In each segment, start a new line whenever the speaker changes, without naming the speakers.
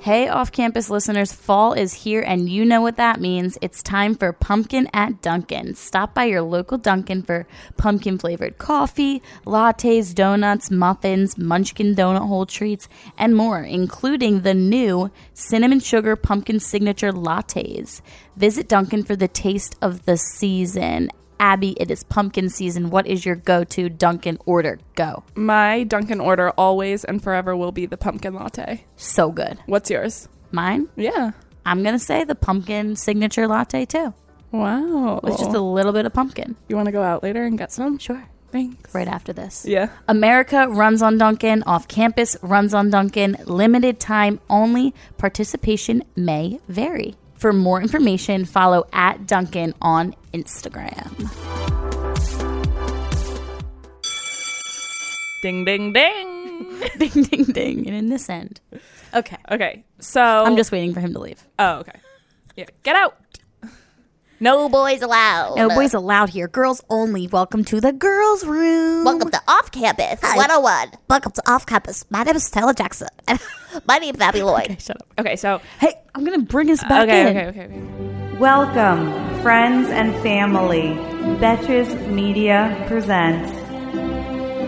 Hey, off campus listeners, fall is here and you know what that means. It's time for Pumpkin at Dunkin'. Stop by your local Dunkin' for pumpkin flavored coffee, lattes, donuts, muffins, munchkin donut hole treats, and more, including the new cinnamon sugar pumpkin signature lattes. Visit Dunkin' for the taste of the season. Abby, it is pumpkin season. What is your go to Dunkin' order? Go.
My Dunkin' order always and forever will be the pumpkin latte.
So good.
What's yours?
Mine?
Yeah.
I'm going to say the pumpkin signature latte too.
Wow.
It's just a little bit of pumpkin.
you want to go out later and get some? Sure. Thanks.
Right after this.
Yeah.
America runs on Duncan, off campus runs on Duncan, limited time only. Participation may vary. For more information, follow at Duncan on Instagram.
Ding, ding, ding.
ding, ding, ding. And in this end. Okay.
okay. So
I'm just waiting for him to leave.
Oh, okay. Yeah. Get out.
No boys allowed.
No boys allowed here. Girls only. Welcome to the girls' room.
Welcome to Off Campus 101.
Welcome to Off Campus. My name is Taylor Jackson. And
My name's Abby Lloyd.
Shut up.
Okay. So
Hey, I'm going to bring us back
okay,
in.
okay. Okay. Okay.
Welcome, friends and family. Betches Media presents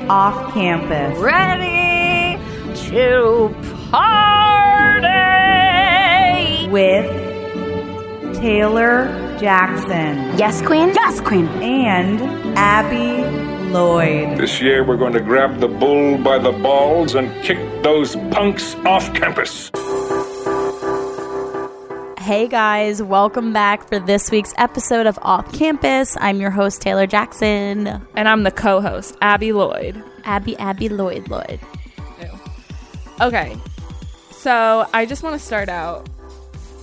Off Campus.
Ready to party.
with Taylor Jackson
yes, Queen. Yes, Queen.
and Abby Lloyd.
This year, we're going to grab the bull by the balls and kick those punks off campus.
Hey guys, welcome back for this week's episode of Off Campus. I'm your host, Taylor Jackson.
And I'm the co-host, Abby Lloyd.
Abby, Abby, Lloyd, Lloyd.
Okay. So I just want to start out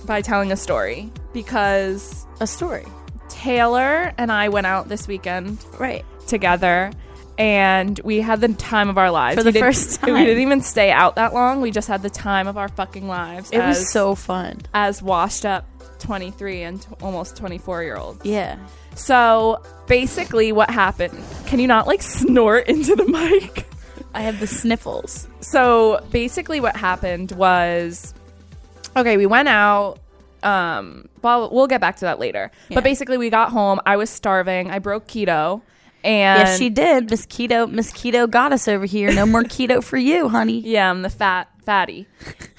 by telling a story because
A story.
Taylor and I went out this weekend
Right.
together and we had the time of our lives.
For
We
the
didn't-
first time.
We didn't even stay out that long. We just had the time of our fucking lives.
It was
as-
so fun.
as washed up 23 and t- almost 24 year olds.
Yeah.
So basically, what happened? Can you not like snort into the mic?
I have the sniffles.
So basically, what happened was okay, we went out. Um, well, we'll get back to that later.
Yeah.
But basically, we got home. I was starving. I broke keto. And
yes, she did. Miss Keto, Miss Keto got us over here. No more keto for you, honey.
Yeah, I'm the fat fatty.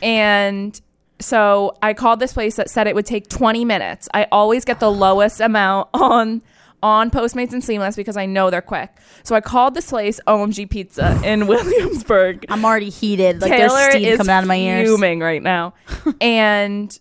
and so I called this place that said it would take 20 minutes. I always get the lowest amount on on Postmates and Seamless because I know they're quick. So I called this place OMG Pizza in Williamsburg.
I'm already heated. Like
Taylor
there's steam
is
coming out of my ears.
fuming right now. and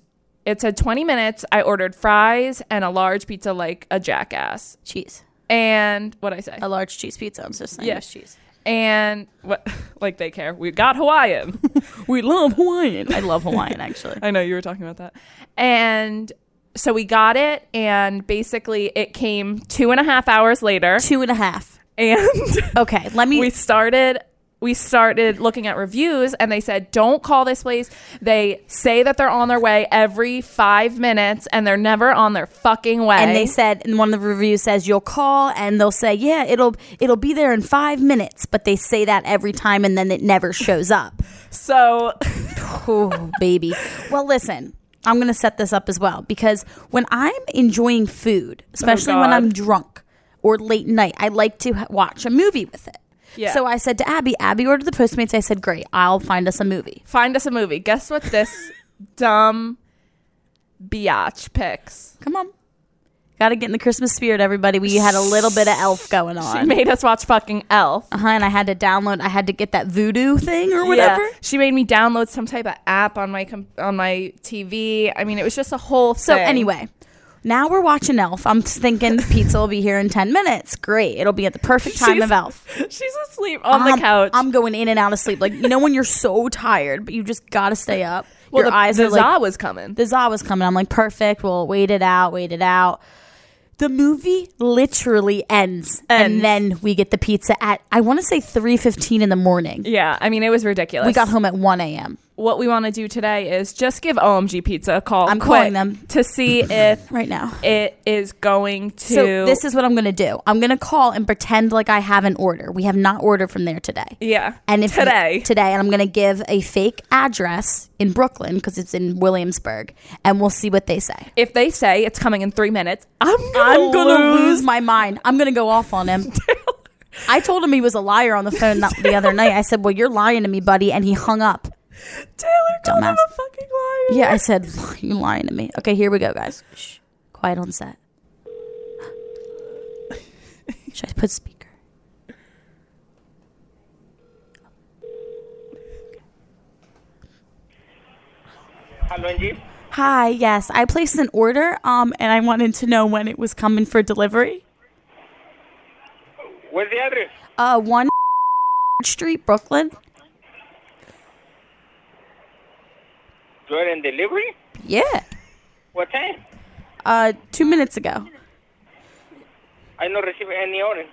it said 20 minutes. I ordered fries and a large pizza like a jackass.
Cheese.
And what I say?
A large cheese pizza. I'm so saying.
Yeah.
Yes, cheese.
And what like they care. We got Hawaiian. we love Hawaiian.
I love Hawaiian actually.
I know you were talking about that. And so we got it, and basically it came two and a half hours later,
Two and a half.
and
Okay, let me
we started. We started looking at reviews, and they said, "Don't call this place." They say that they're on their way every five minutes, and they're never on their fucking way.
and they said and one of the reviews says you'll call and they'll say yeah it'll it'll be there in five minutes but they say that every time and then it never shows up
so
oh baby well listen i'm gonna set this up as well because when i'm enjoying food especially when
Oh, God.
i'm drunk or late night i like to ha- watch a movie with it
Yeah.
so i said to abby abby ordered the postmates i said great i'll find us a movie
find us a movie. Guess what? This dumb biatch picks.
come on gotta get in the christmas spirit everybody we had a little bit of elf going
She
on
made us watch fucking Elf.
uh-huh, and I had to download. I had to get that voodoo thing or whatever.
Yeah. She made me download some type of app on my com- on my TV. I mean, it was just a whole
So
thing.
anyway, now we're watching Elf. I'm thinking pizza will be here in ten minutes. Great, it'll be at the perfect time
She's-
of Elf.
she's asleep on
I'm,
the couch.
I'm going in and out of sleep. Like you know when you're so tired, but you just gotta stay up. Your
the,
eyes
the
are like
Za was coming.
the za was coming. I'm like perfect. We'll wait it out. Wait it out. The movie literally ends,
Ends.
and then we get the pizza at I want to say three fifteen in the morning.
yeah, I mean, it was ridiculous.
We got home at one a.m.
what we want to do today is just give OMG Pizza a call.
I'm
quick
calling them.
to see if
right now.
it is going to.
So this is what I'm going to do. I'm going to call and pretend like I have an order. We have not ordered from there today.
yeah.
And if
today,
today, and I'm going to give a fake address in Brooklyn because it's in Williamsburg, and we'll see what they say.
if they say it's coming in three minutes, I'm gonna,
I'm going to
lose.
lose my mind. I'm going to go off on him. I told him he was a liar on the phone that, the other night. I said, "Well, you're lying to me, buddy," and he hung up.
Taylor called him
Dumbass.
a fucking liar.
Yeah, I said, "You lying to me." Okay, here we go, guys. Shh, quiet on set. Should I put speaker?
Hello ji
Hi, yes, I placed an order, um, and I wanted to know when it was coming for delivery.
where's the address
Uh, one Street, Brooklyn.
you're in delivery
Yeah.
what time
Uh, two minutes ago.
i not receive any order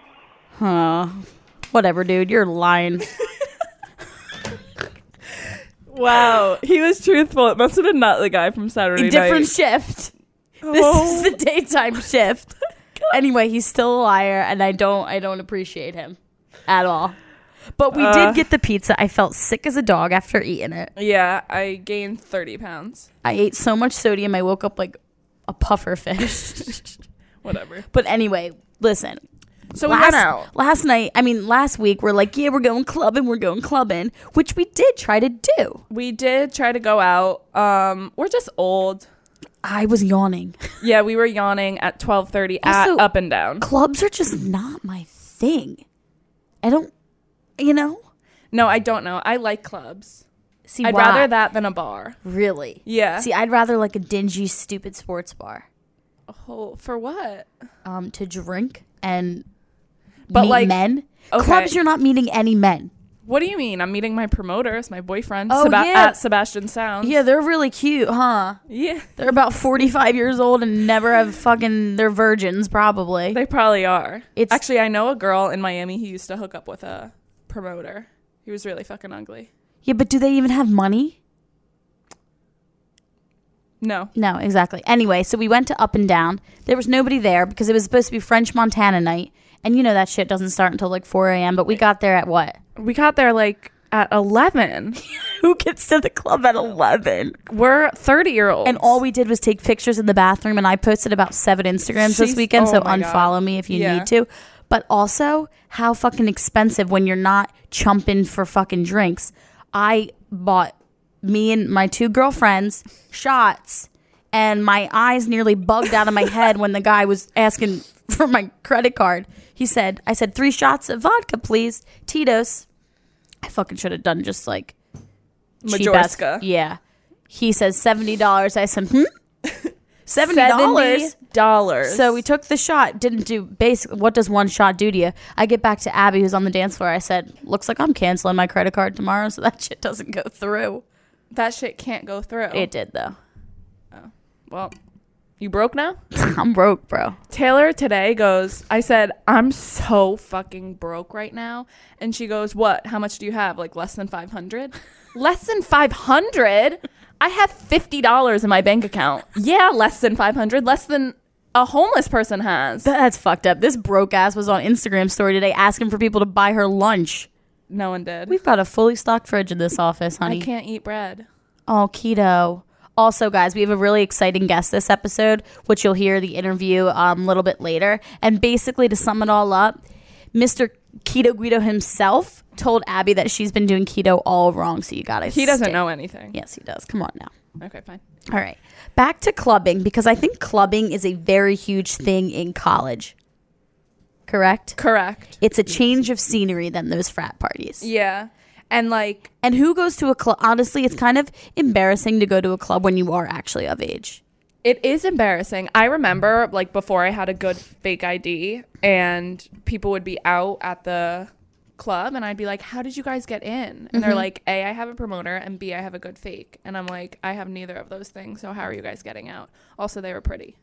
Huh. Uh, Whatever, dude. You're lying.
Wow, he was truthful. It must have been not the guy from Saturday Night.
Different shift. This
Oh.
is the daytime shift. Anyway, he's still a liar, and I don't. I don't appreciate him at all. But we
Uh.
did get the pizza. I felt sick as a dog after eating it.
yeah, I gained thirty pounds.
I ate so much sodium, I woke up like a puffer fish.
Whatever.
But anyway, listen.
So we
Last,
went out.
last night, I mean, last week, we're like, yeah, we're going clubbing, we're going clubbing, which we did try to do.
We did try to go out. Um, we're just old.
I was yawning.
Yeah, we were yawning at twelve thirty at
Also-
up and down.
Clubs are just not my thing. I don't, you know?
No, I don't know. I like clubs.
See,
I'd
why?
rather that than a bar.
Really?
Yeah.
See, I'd rather like a dingy, stupid sports bar
Oh, for what?
um, to drink and
But,
meet
like,
men.
okay.
Clubs, you're not meeting any men.
What do you mean? I'm meeting my promoters, my boyfriend,
Oh,
Seba-
yeah.
at Sebastian Sounds.
Yeah, they're really cute, huh?
yeah,
They're about 45 years old and never have fucking, they're virgins probably.
they probably are.
It's-
actually, I know a girl in Miami who used to hook up with a promoter. He was really fucking ugly.
Yeah, but do they even have money?
No,
No, exactly. Anyway, so we went to Up and Down. There was nobody there because it was supposed to be French Montana night. And you know that shit doesn't start until like 4 a.m., but we got there at what?
we got there like at eleven.
Who gets to the club at 11?
We're thirty year olds,
And all we did was take pictures in the bathroom, and I posted about seven Instagrams this
She's-
weekend,
oh
so
my God.
unfollow me if you
Yeah.
need to. But also, how fucking expensive when you're not chumping for fucking drinks. I bought me and my two girlfriends shots, and my eyes nearly bugged out of my head when the guy was asking for my credit card. He said, I said, three shots of vodka, please. Tito's. I fucking should have done just like cheap ass-
Majorska.
Yeah. He says seventy dollars. I said, hmm? Seventy dollars.
dollars.
So we took the shot, didn't do basic what does one shot do to you? I get back to Abby who's on the dance floor. I said, Looks like I'm canceling my credit card tomorrow, so that shit doesn't go through.
that shit can't go through.
It did though.
well, you broke now.
I'm broke, bro.
Taylor today goes, I said, I'm so fucking broke right now. And she goes, What? How much do you have? Like less than 500? less than 500? I have $50 in my bank account. Yeah, less than 500. Less than a homeless person has.
That's fucked up. This broke ass was on Instagram story today asking for people to buy her lunch.
no one did.
We've got a fully stocked fridge in this office, honey.
I can't eat bread.
Oh, keto. Also, guys, we have a really exciting guest this episode, which you'll hear the interview um, a little bit later. And basically, to sum it all up, Mr. Keto Guido himself told Abby that she's been doing keto all wrong. So you got to.
He doesn't know anything.
Yes, he does. Come on now.
Okay, fine.
All right. Back to clubbing because I think clubbing is a very huge thing in college. Correct?
Correct.
It's a change of scenery than those frat parties.
Yeah. And like,
And who goes to a club? Honestly, it's kind of embarrassing to go to a club when you are actually of age.
It is embarrassing. I remember like before I had a good fake ID and people would be out at the club and I'd be like, "How did you guys get in?" And
Mm-hmm.
they're like, "A, I have a promoter and B, I have a good fake." And I'm like, "I have neither of those things, so how are you guys getting out?" Also, they were pretty.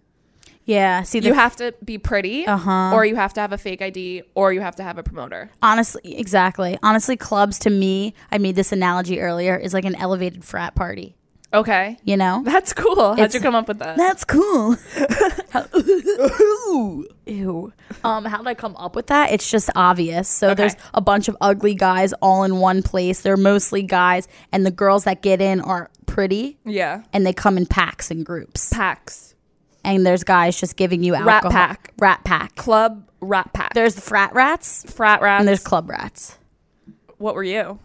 Yeah. See, the
You have to be pretty,
Uh-huh.
or you have to have a fake ID, or you have to have a promoter.
honestly, exactly. Honestly, clubs to me, I made this analogy earlier, is like an elevated frat party.
Okay,
You know,
that's cool. How'd
It's-
you come up with that?
that's cool. Ew. Um, how did I come up with that? It's just obvious. So
Okay.
there's a bunch of ugly guys all in one place. They're mostly guys, and the girls that get in are pretty,
yeah,
and they come in packs and groups.
packs,
And there's guys just giving you
Rat
alcohol.
pack.
Rat pack.
club rat pack.
There's the frat rats
frat rats.
and there's club rats.
what were you?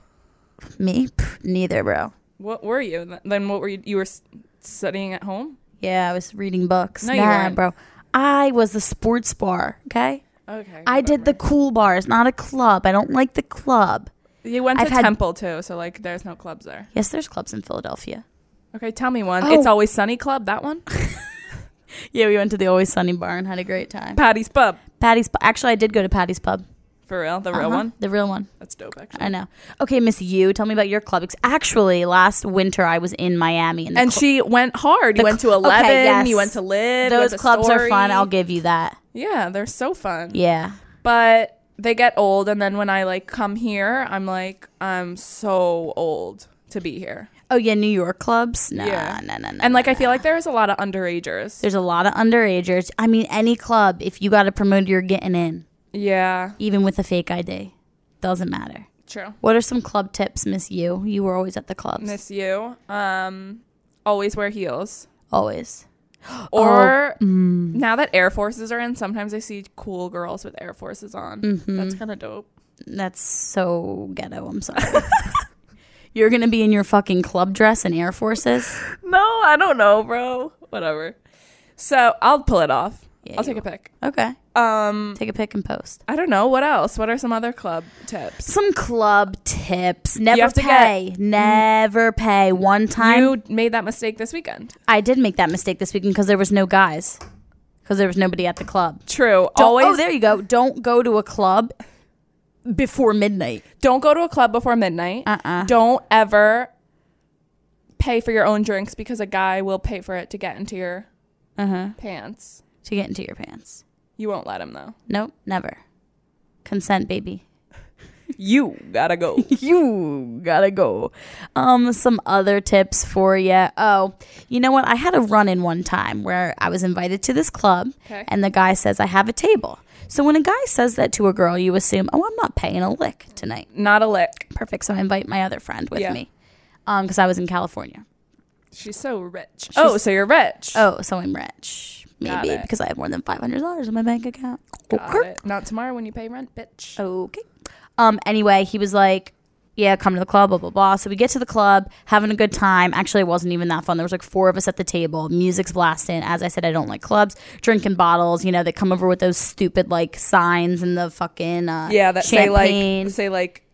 Me, Pff, neither, bro.
What were you? Th- Then what were you? You were s- studying at home.
Yeah, I was reading books.
No, you
nah,
weren't.
bro. I was the sports bar. Okay.
Okay,
I did the cool bars, not a club. I don't like the club.
You went
I've
to
had-
Temple too, so like, there's no clubs there.
Yes, there's clubs in Philadelphia.
Okay, tell me one.
Oh.
It's always sunny club. That one.
Yeah, we went to the Always Sunny bar and had a great time.
Patty's pub.
Patty's. Pu- Actually, I did go to Patty's pub.
For real, the real
Uh-huh,
one.
The real one.
That's dope. Actually.
I know. Okay, Miss You, tell me about your club. ex- Actually, last winter I was in Miami and, the
And
cl-
she went hard.
The
You went to
cl- okay,
eleven.
yes.
You went to live. you went
those
to
clubs are fun.
Story.
I'll give you that.
Yeah, they're so fun.
Yeah.
But they get old, and then when I like come here, I'm like, I'm so old to be here.
Oh yeah, New York clubs. Nah,
Yeah.
nah, nah, nah.
And like,
nah,
I feel
nah.
like there is a lot of underagers.
there's a lot of underagers. I mean, any club. If you got a promoter, you're getting in,
Yeah,
even with a fake ID. Doesn't matter.
true.
What are some club tips, Miss You? You were always at the clubs.
Miss you. Um, always wear heels.
always. Oh,
Or
mm.
now that Air Forces are in, sometimes I see cool girls with Air Forces on.
Mm-hmm.
That's kind of dope.
That's so ghetto. I'm sorry. You're gonna be in your fucking club dress and Air Forces.
No, I don't know, bro. Whatever. So I'll pull it off. I'll take a pic.
Okay.
Um,
Take a pic and post.
I don't know what else. What are some other club tips?
Some club tips. Never
have to
pay. Never pay. One time
You made that mistake this weekend.
I did make that mistake this weekend because there was no guys. Because there was nobody at the club.
True.
Don't-
Always
Oh, there you go. Don't go to a club before midnight.
don't go to a club before midnight.
Uh-uh.
Don't ever pay for your own drinks because a guy will pay for it to get into your
Uh-huh.
pants.
To get into your pants.
You won't let him though.
Nope, never. Consent, baby.
You gotta go.
you gotta go. Um, some other tips for you. Oh, you know what? I had a run in one time where I was invited to this club,
Okay.
and the guy says, "I have a table." So when a guy says that to a girl, you assume, "Oh, I'm not paying a lick tonight."
Not a lick.
Perfect. So I invite my other friend with
Yeah.
me, um, because I was in California.
She's so rich. oh, so you're rich.
Oh, so I'm rich,
Got
maybe
it.
because I have more than five hundred dollars in my bank account.
Got it. Not tomorrow when you pay rent, bitch.
Okay. Um. Anyway, he was like, "Yeah, come to the club." Blah blah blah. So we get to the club, having a good time. Actually, it wasn't even that fun. There was like four of us at the table. Music's blasting. As I said, I don't like clubs. Drinking bottles. You know, they come over with those stupid like signs and the fucking uh,
Yeah, that
champagne.
say like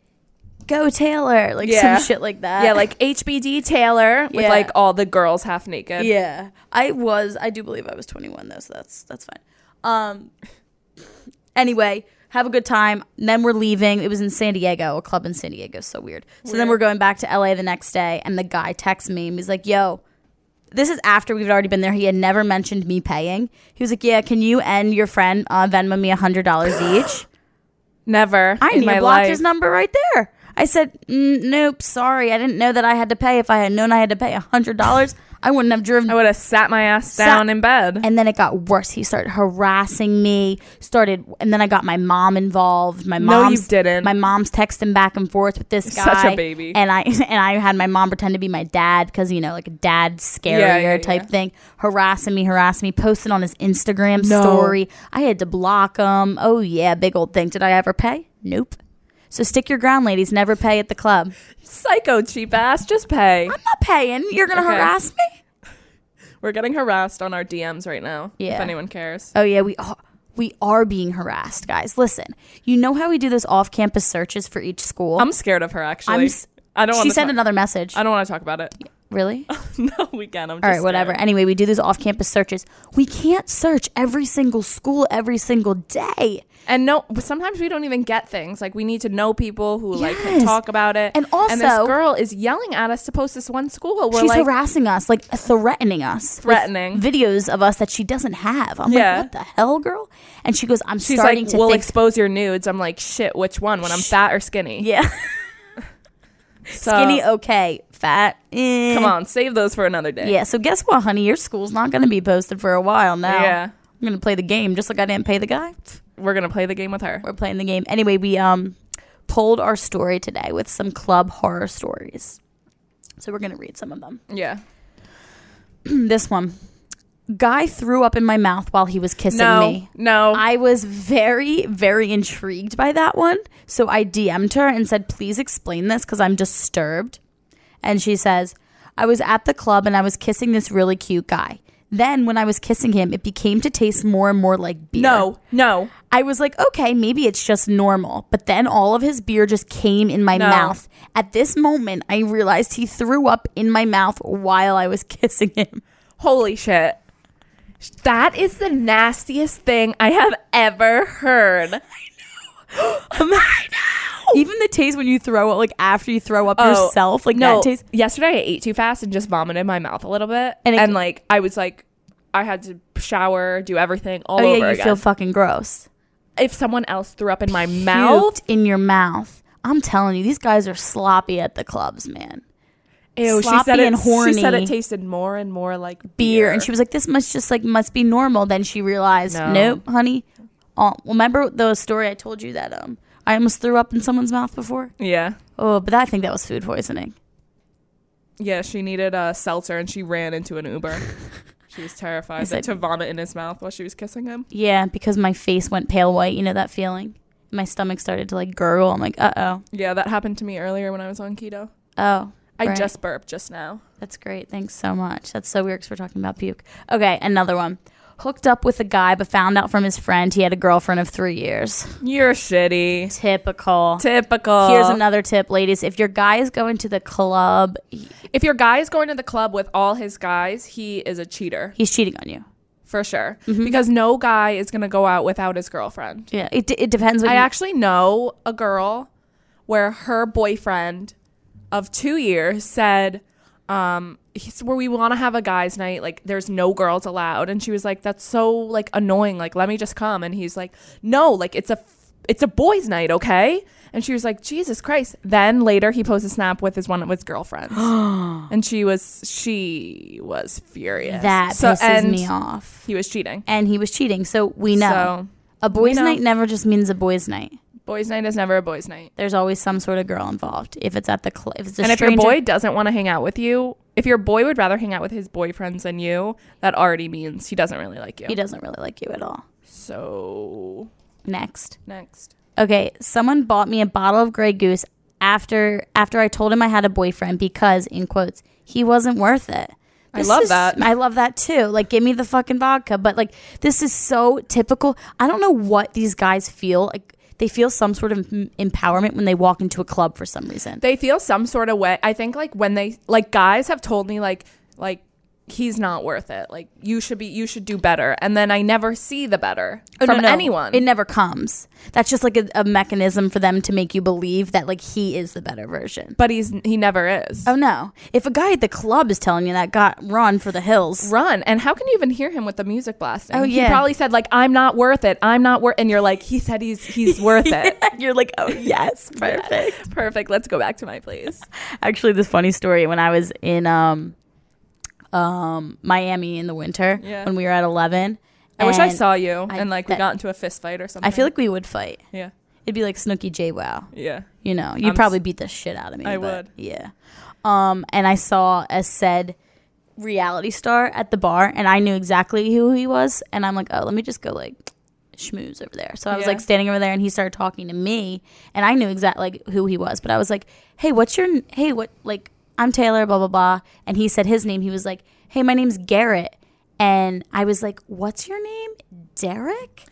Go Taylor, like
Yeah.
some shit like that.
say like yeah, like HBD Taylor with
Yeah.
like all the girls half naked.
yeah. I was. I do believe I was 21 though, so that's that's fine. Um. Anyway, have a good time. Then we're leaving. It was in San Diego, a club in San Diego. So weird. So then we're going back to LA the next day, and the guy texts me and he's like, "Yo." This is after we've already been there. He had never mentioned me paying. He was like, "Yeah, can you and your friend uh, Venmo me a hundred dollars each?"
Never.
I
in
knew
my
blocked his
life.
number right there. I said, mm, "Nope, sorry, I didn't know that I had to pay. If I had known I had to pay a hundred dollars, I wouldn't have driven
I would have sat my ass
Sat-
down in bed.
and then it got worse. He started harassing me. Started, and then I got my mom involved. My
No,
mom,
you didn't.
My mom's texting back and forth with this guy.
Such a baby.
And I and I had my mom pretend to be my dad because you know, like a dad scarier
Yeah, yeah,
type
yeah.
thing, harassing me, harassing me. Posted on his Instagram story. I had to block him. Oh yeah, big old thing. Did I ever pay? Nope. So stick your ground, ladies. Never pay at the club.
Psycho cheap ass, just pay.
I'm not paying. You're gonna
Okay.
harass me.
We're getting harassed on our DMs right now.
Yeah.
If anyone cares.
Oh yeah, we are, we are being harassed, guys. Listen, you know how we do those off-campus searches for each school.
I'm scared of her actually.
I'm s-
I don't
she
want
sent
to
another message.
I don't want to talk about it.
really?
no, we can. I'm just
All right, whatever.
scared.
Anyway, we do these off campus searches. We can't search every single school every single day.
And no, but sometimes we don't even get things. Like we need to know people who like can
Yes.
talk about it.
And
this
also-
girl is yelling at us to post this one school. We're
She's
like,
harassing us, like threatening us. with
Threatening.
videos of us that she doesn't have. I'm
Yeah.
like, what the hell, girl? And she goes, I'm
she's
starting
like,
to
we'll
think.
expose your nudes. I'm like, shit, which one? When I'm fat or skinny?
yeah,
So,
skinny, okay, fat. eh.
Come on, save those for another day.
Yeah. So guess what, honey? Your school's not going to be posted for a while now.
Yeah.
I'm gonna play the game just like I didn't pay the guy.
We're gonna play the game with her.
We're playing the game anyway. We um pulled our story today with some club horror stories. So we're gonna read some of them. Mm,
Yeah.
This one. Guy threw up in my mouth while he was kissing
No.
me.
No.
I was very, very intrigued by that one. So I DM'd her and said, please explain this because I'm disturbed. And she says, I was at the club and I was kissing this really cute guy. Then when I was kissing him, it became to taste more and more like beer.
no. No.
I was like, okay, maybe it's just normal. But then all of his beer just came in my
No.
mouth. At this moment, I realized he threw up in my mouth while I was kissing him.
Holy shit. That is the nastiest thing I have ever heard.
Even the taste when you throw up, like after you throw up
Oh,
yourself, like
no,
that taste.
Yesterday I ate too fast and just vomited in my mouth a little bit,
And
and,
it-
like I was like, I had to shower, do everything all
Oh
over
yeah, you
again.
feel fucking gross.
if someone else threw up in my
Puked
mouth,
in your mouth. I'm telling you, these guys are sloppy at the clubs, man.
ew, she said
sloppy
it.
and
She said
horny.
it tasted more and more like
Beer, and she was like, "This must just like must be normal." Then she realized,
No.
nope, honey. Oh, remember the story I told you that um I almost threw up in someone's mouth before?
yeah,
Oh, but I think that was food poisoning.
yeah. She needed a seltzer, and she ran into an Uber. she was terrified
said- E-
that to vomit in his mouth while she was kissing him.
Yeah, because my face went pale white. You know that feeling. My stomach started to like gurgle. I'm like, uh oh,
Yeah, that happened to me earlier when I was on keto.
oh.
I
right.
just burped just now.
That's great. Thanks so much. That's so weird because we're talking about puke. Okay, another one. Hooked up with a guy, but found out from his friend he had a girlfriend of three years.
You're shitty.
Typical.
Typical.
Here's another tip, ladies. If your guy is going to the club, he-
If your guy is going to the club with all his guys, he is a cheater
he's cheating on you.
for sure. Because no guy is going to go out without his girlfriend.
Yeah, it, it depends. What
I
you-
actually know a girl where her boyfriend of two years said, um, he's, where we want to have a guys' night, like there's no girls allowed, and she was like, "That's so like annoying. Like, let me just come." And he's like, "No, like it's a f- it's a boys' night, okay?" And she was like, "Jesus Christ!" Then later he posted a snap with his one of his girlfriends, and she was she was furious.
that pisses
and
me off.
He was cheating.
And he was cheating, so we know.
So
a boys'
know.
night never just means a boys' night.
boys' night is never a boys' night.
There's always some sort of girl involved. If it's at the club, if it's a
and if your
stranger,
boy doesn't want to hang out with you, if your boy would rather hang out with his boyfriends than you, that already means he doesn't really like you.
he doesn't really like you at all.
So
Next.
next,
Okay, someone bought me a bottle of Grey Goose after after I told him I had a boyfriend because in quotes he wasn't worth it.
I love
is-
that.
I love that too. Like, give me the fucking vodka. But like, this is so typical. I don't know what these guys feel. Like, they feel some sort of m- empowerment when they walk into a club for some reason.
they feel some sort of way. I think like when they like guys have told me like like he's not worth it. Like you should be you should do better. And then I never see the better
Oh, no,
from
no.
anyone.
it never comes. That's just like a, a mechanism for them to make you believe that like he is the better version.
but he's he never is.
Oh no! If a guy at the club is telling you that, got run for the hills.
Run and how can you even hear him with the music blasting?
Oh, yeah.
he probably said like I'm not worth it. I'm not worth, and you're like he said he's he's worth it.
You're like, oh yes, perfect.
Perfect. Let's go back to my place.
Actually, this funny story when I was in um, um, Miami in the winter
Yeah.
when we were at eleven.
I wish I
and
saw you
I-
and like
that-
we got into a fist fight or something.
I feel like we would fight.
yeah,
It'd be like Snooki J Wow.
yeah.
You know, you'd
I'm
probably beat the shit out of me.
I
but
would.
Yeah. Um, and I saw a said reality star at the bar, and I knew exactly who he was. And I'm like, oh, let me just go like schmooze over there. So I was
Yeah.
like standing over there, and he started talking to me, and I knew exactly like who he was. But I was like, hey, what's your? n- Hey, what? Like, I'm Taylor, blah blah blah. And he said his name. He was like, hey, my name's Garrett. And I was like, what's your name, Derek?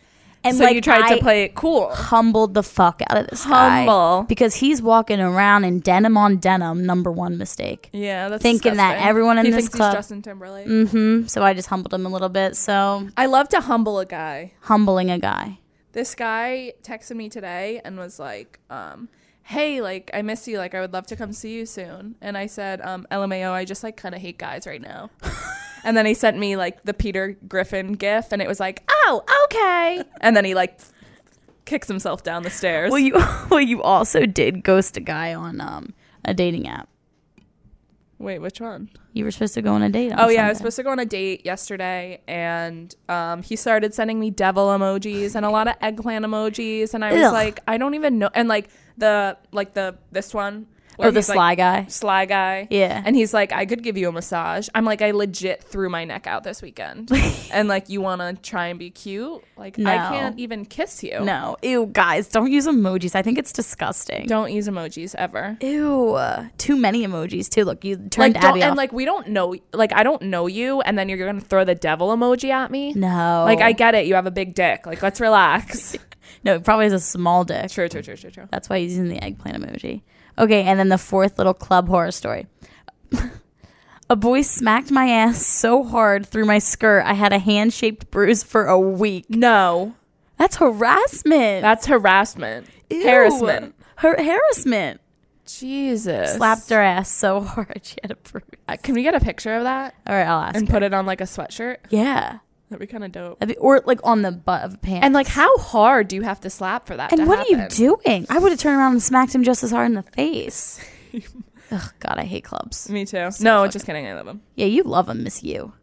And
so
like
you tried
I
to play it cool.
humbled the fuck out of this guy.
Humble.
because he's walking around in denim on denim. Number one mistake.
Yeah, that's
Thinking that
disgusting.
everyone in
he
this
thinks
club-
he's Justin Timberlake.
Mm-hmm. So I just humbled him a little bit. So
I love to humble a guy.
humbling a guy.
This guy texted me today and was like, um, "Hey, like I miss you. Like I would love to come see you soon." And I said, um, "LMAO, I just like kind of hate guys right now." and then he sent me like the Peter Griffin gif, and it was like, "Oh, okay." And then he like kicks himself down the stairs.
Well, you well you also did ghost a guy on um a dating app.
Wait, which one?
You were supposed to go on a date. On
Oh yeah, I
Sunday.
was supposed to go on a date yesterday, and um, he started sending me devil emojis and a lot of eggplant emojis, and I was
Ugh.
like, I don't even know. And like the like the this one
Or
where
Oh, the
he's,
sly
like,
guy.
sly guy,
Yeah.
And he's like, I could give you a massage. I'm like, I legit threw my neck out this weekend, and like, you want to try and be cute? Like, I
No.
can't even kiss you.
No, ew, guys, don't use emojis. I think it's disgusting.
don't use emojis ever.
Ew, too many emojis too. Look, you turned
like,
Abby
don't,
off.
and like, we don't know. Like, I don't know you, and then you're gonna throw the devil emoji at me.
no,
Like I get it, you have a big dick. Like let's relax.
no, it probably has a small dick.
true, true, true, true, true.
That's why he's using the eggplant emoji. Okay, and then the fourth little club horror story. a boy smacked my ass so hard through my skirt, I had a hand shaped bruise for a week.
No,
That's harassment.
that's harassment,
Ew.
harassment.
Har- harassment.
Jesus,
Slapped her ass so hard she had a bruise.
Uh, Can we get a picture of that
All right, I'll ask.
and
her.
put it on like a sweatshirt?
yeah,
That'd be kind of dope.
That'd be, or like on the butt of a pants.
And like, how hard do you have to slap for that?
And
to
what are you
happen?
doing? I would have turned around and smacked him just as hard in the face. Ugh, God, I hate clubs.
Me too. no, just kidding. I love him.
Yeah, you love them, miss you.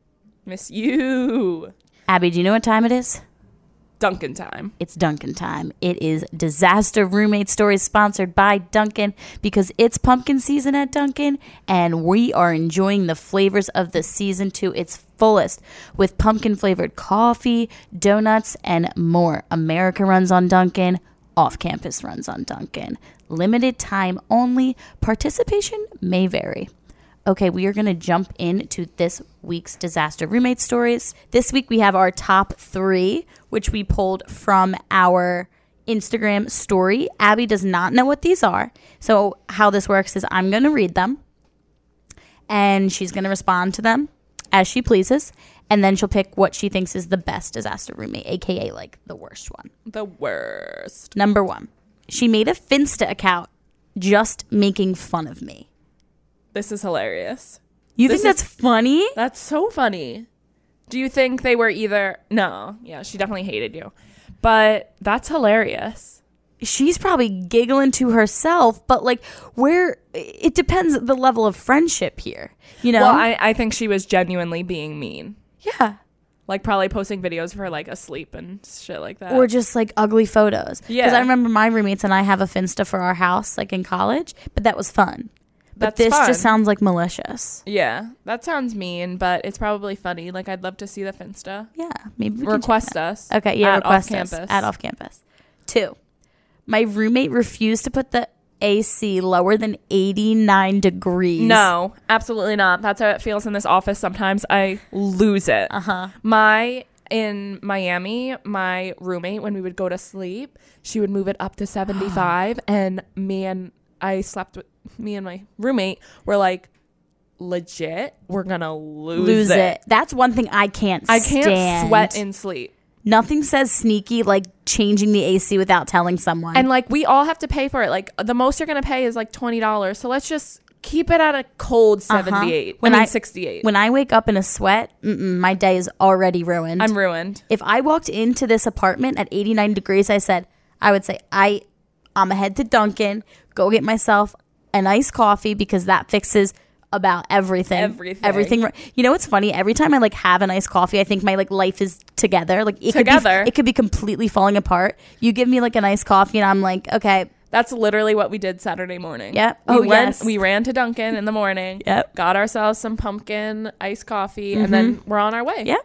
Miss you,
Abby, do you know what time it is?
Duncan. Time.
It's Duncan time. It is Disaster Roommate Stories sponsored by Duncan because it's pumpkin season at Duncan and we are enjoying the flavors of the season to its fullest with pumpkin flavored coffee, donuts, and more. America runs on Duncan, off campus runs on Duncan. Limited time only. Participation may vary. Okay, we are going to jump into this week's disaster roommate stories. This week we have our top three, which we pulled from our Instagram story. Abby does not know what these are. So, how this works is I'm going to read them and she's going to respond to them as she pleases. And then she'll pick what she thinks is the best disaster roommate, AKA like the worst one.
The worst.
Number one, she made a Finsta account just making fun of me.
This is hilarious.
You
This
think
is-
that's funny?
That's so funny. Do you think they were either? No. Yeah, she definitely hated you. But that's hilarious.
she's probably giggling to herself, but like where it depends the level of friendship here. You know?
Well, I, I think she was genuinely being mean.
yeah.
Like probably posting videos of her like asleep and shit like that.
Or just like ugly photos.
Yeah.
Because I remember my roommates and I have a Finsta for our house, like in college, but that was fun. But
That's
this
fun.
just sounds like malicious.
yeah, that sounds mean, but it's probably funny. Like I'd love to see the finsta.
Yeah. Maybe we can check
Request
that.
us.
Okay, yeah,
at
request
off
us
campus.
at off campus. Two, my roommate refused to put the AC lower than 89 degrees.
No, absolutely not. That's how it feels in this office sometimes. I lose it. Uh-huh. My in Miami, my roommate when we would go to sleep, she would move it up to 75 and me and I slept with me and my roommate were like legit, we're going to lose,
Lose it. That's one thing I can't
I can't
stand.
sweat in sleep.
Nothing says sneaky like changing the AC without telling someone.
And like we all have to pay for it. Like the most you're going to pay is like $20. So let's just keep it at a cold 78 when I mean 68.
When Uh-huh. I wake up in a sweat, mm-mm, my day is already ruined.
I'm ruined.
if I walked into this apartment at 89 degrees, I said, I would say, I, I'm ahead to Dunkin', go get myself an iced coffee because that fixes about everything.
Everything.
Everything. ri- You know what's funny? Every time I like have an iced coffee, I think my like life is together. Like it
Together.
could be, it could be completely falling apart. You give me like an iced coffee, and I'm like, okay,
That's literally what we did Saturday morning.
Yep.
We
Oh,
went,
yes.
We ran to Dunkin' in the morning.
Yep. Mm-hmm.
Got ourselves some pumpkin iced coffee, and then we're on our way.
Yeah.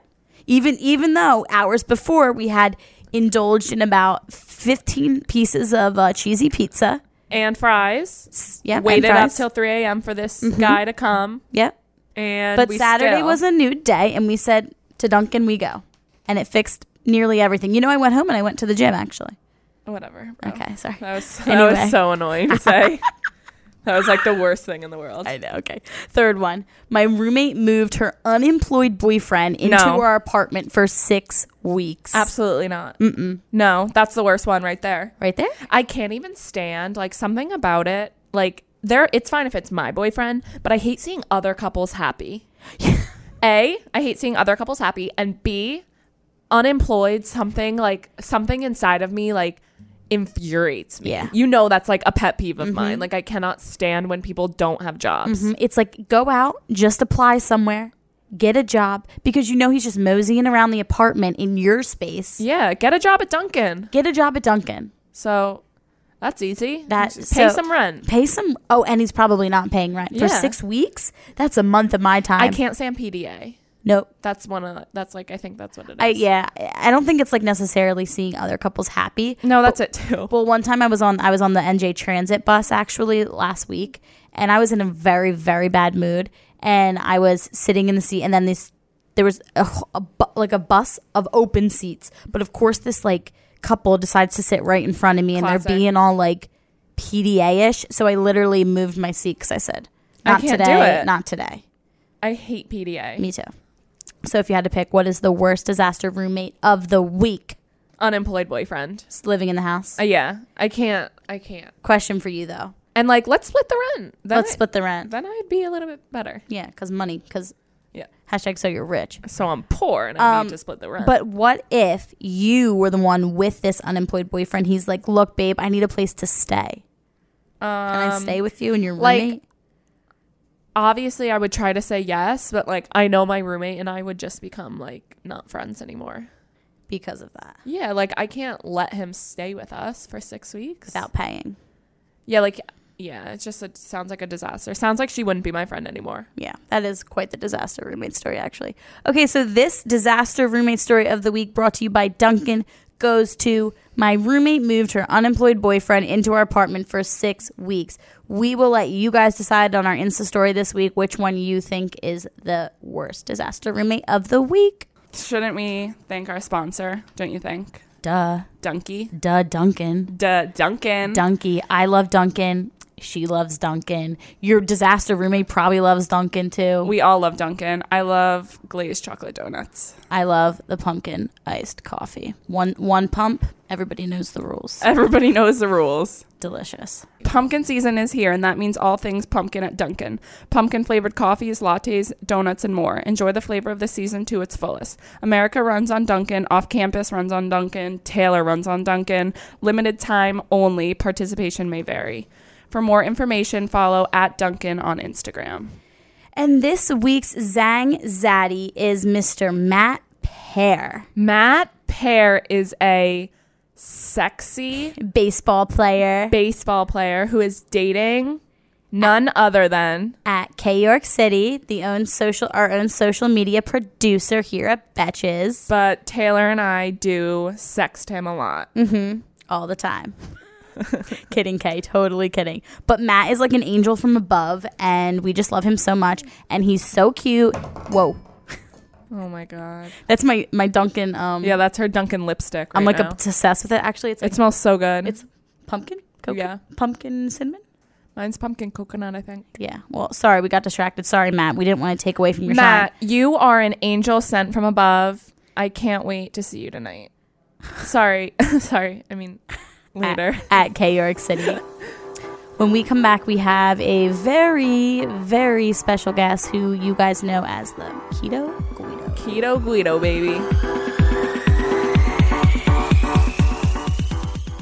Even even though hours before we had indulged in about 15 pieces of uh, cheesy pizza.
And fries.
Yeah.
Waited
and
up
fries.
till 3 a.m. for this guy to come.
Yeah.
And
But
we
Saturday
still-
was a new day and we said to Duncan we go. And it fixed nearly everything. You know, I went home and I went to the gym actually.
Whatever. bro.
Okay, sorry.
That was, that
Anyway.
was so annoying to say. that was like the worst thing in the world.
I know. Okay. Third one. My roommate moved her unemployed boyfriend into
No.
our apartment for six weeks.
Absolutely not. Mm-mm. No, that's the worst one right there.
Right there.
I can't even stand like something about it. Like there, it's fine if it's my boyfriend, but I hate seeing other couples happy. A, I hate seeing other couples happy, and B, unemployed. Something like something inside of me like infuriates me.
Yeah. Mm-hmm.
you know that's like a pet peeve of mine. Like I cannot stand when people don't have jobs.
Mm, It's like go out, just apply somewhere, get a job because you know he's just moseying around the apartment in your space.
Yeah, get a job at Dunkin'.
Get a job at Dunkin'.
So that's easy.
That
Just pay
so-
some rent.
Pay some. Oh, and he's probably not paying rent for
Yeah.
six weeks. That's a month of my time.
I can't stand PDA.
Nope.
That's one of the, that's like I think that's what it is.
I, yeah, I- I don't think it's like necessarily seeing other couples happy.
No, that's it too.
Well, one time I was on I was on the NJ Transit bus actually last week, and I was in a very very bad mood, and I was sitting in the seat, and then this there was a, wh- a bu- like a bus of open seats, but of course this like couple decides to sit right in front of me, and
Classic.
they're being all like PDA ish, so I literally moved my seat because I said,
I
"Not
can't do
today,
it."
not today."
I hate PDA.
Me too. So if you had to pick, what is the worst disaster roommate of the week?
Unemployed boyfriend.
Just living in the house.
Uh, yeah, I can't. I can't.
Question for you though.
And like, let's split the rent. Then
Let's
I-
split the rent.
Then I'd be a little bit better.
Yeah, because money, because
Yeah.
hashtag so you're rich.
So I'm poor and I
Um,
need to split the rent.
But what if you were the one with this unemployed boyfriend? He's like, look, babe, I need a place to stay. Can I stay with you and your
Um, like-
roommate?
obviously, I would try to say yes, but like, I know my roommate and I would just become like not friends anymore.
because of that,
Yeah, like I can't let him stay with us for six weeks.
without paying.
yeah, like yeah, it's just it sounds like a disaster. Sounds like she wouldn't be my friend anymore.
Yeah, that is quite the disaster roommate story, actually. Okay, so this disaster roommate story of the week brought to you by Duncan goes to my roommate moved her unemployed boyfriend into our apartment for six weeks. We will let you guys decide on our Insta story this week which one you think is the worst disaster roommate of the week.
Shouldn't we thank our sponsor? Don't you think?
Duh,
Donkey.
duh, Duncan.
Duh, Duncan.
Dunky, I love Duncan. She loves Duncan. Your disaster roommate probably loves Duncan too.
We all love Dunkin'. I love glazed chocolate donuts.
I love the pumpkin iced coffee. One one pump. Everybody knows the rules.
Everybody knows the rules.
Delicious.
Pumpkin season is here, and that means all things pumpkin at Dunkin'. Pumpkin flavored coffees, lattes, donuts, and more. Enjoy the flavor of the season to its fullest. America runs on Dunkin', off campus runs on Dunkin', Taylor runs on Dunkin'. Limited time only. Participation may vary. For more information, follow at Dunkin' on Instagram.
And this week's Zang Zaddy is Mr. Matt Pear,
Matt Pear is a sexy
baseball player
baseball player who is dating none other than
at K York City, the own social our own social media producer here at Betches
but Taylor and I do sext him a lot.
all the time. kidding, Kay, totally kidding. But Matt is like an angel from above and we just love him so much and he's so cute. Whoa.
Oh my god.
That's my my Duncan um
Yeah, that's her Dunkin' lipstick.
I'm
right
like
now.
obsessed with it. Actually, it's like
it smells so good.
It's pumpkin, coconut,
Yeah.
pumpkin cinnamon.
mine's pumpkin coconut, I think.
Yeah. Well, sorry, we got distracted. Sorry, Matt. We didn't want to take away from your
Matt,
shine.
you are an angel sent from above. I can't wait to see you tonight. Sorry. Sorry. I mean later.
at K York City. when we come back, we have a very, very special guest who you guys know as the Keto Guido.
Keto Guido, baby.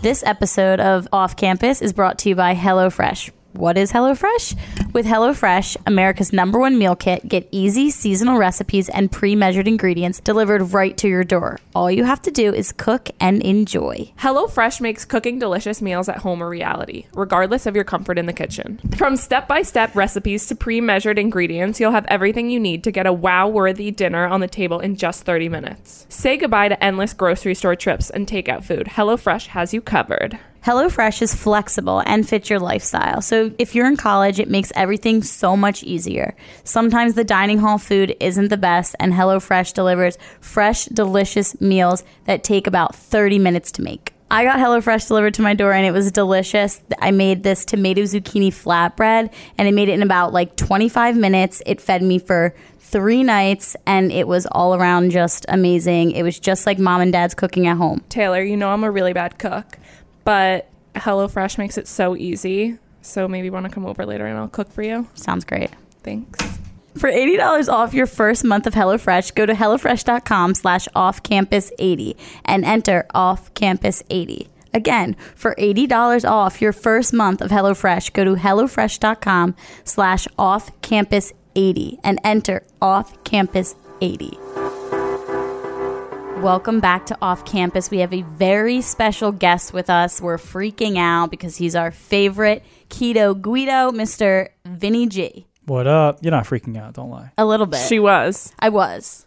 This episode of Off Campus is brought to you by HelloFresh. What is HelloFresh? With HelloFresh, America's number one meal kit, get easy seasonal recipes and pre measured ingredients delivered right to your door. All you have to do is cook and enjoy.
HelloFresh makes cooking delicious meals at home a reality, regardless of your comfort in the kitchen. From step by step recipes to pre measured ingredients, you'll have everything you need to get a wow worthy dinner on the table in just 30 minutes. Say goodbye to endless grocery store trips and takeout food. HelloFresh has you covered.
HelloFresh is flexible and fits your lifestyle. So if you're in college, it makes everything so much easier. Sometimes the dining hall food isn't the best, and HelloFresh delivers fresh, delicious meals that take about 30 minutes to make. I got HelloFresh delivered to my door and it was delicious. I made this tomato zucchini flatbread and I made it in about like 25 minutes. It fed me for three nights and it was all around just amazing. It was just like mom and dad's cooking at home.
Taylor, you know I'm a really bad cook, but HelloFresh makes it so easy. So maybe want to come over later and I'll cook for you.
Sounds great.
Thanks.
For $80 off your first month of HelloFresh, go to HelloFresh.com slash offcampus80 and enter offcampus80. Again, for $80 off your first month of HelloFresh, go to HelloFresh.com slash offcampus80 and enter offcampus80. Welcome back to Off Campus. We have a very special guest with us. We're freaking out because he's our favorite keto Guido, Mr. Vinny G.
What up? You're not freaking out, don't lie.
A little bit.
She was.
I was.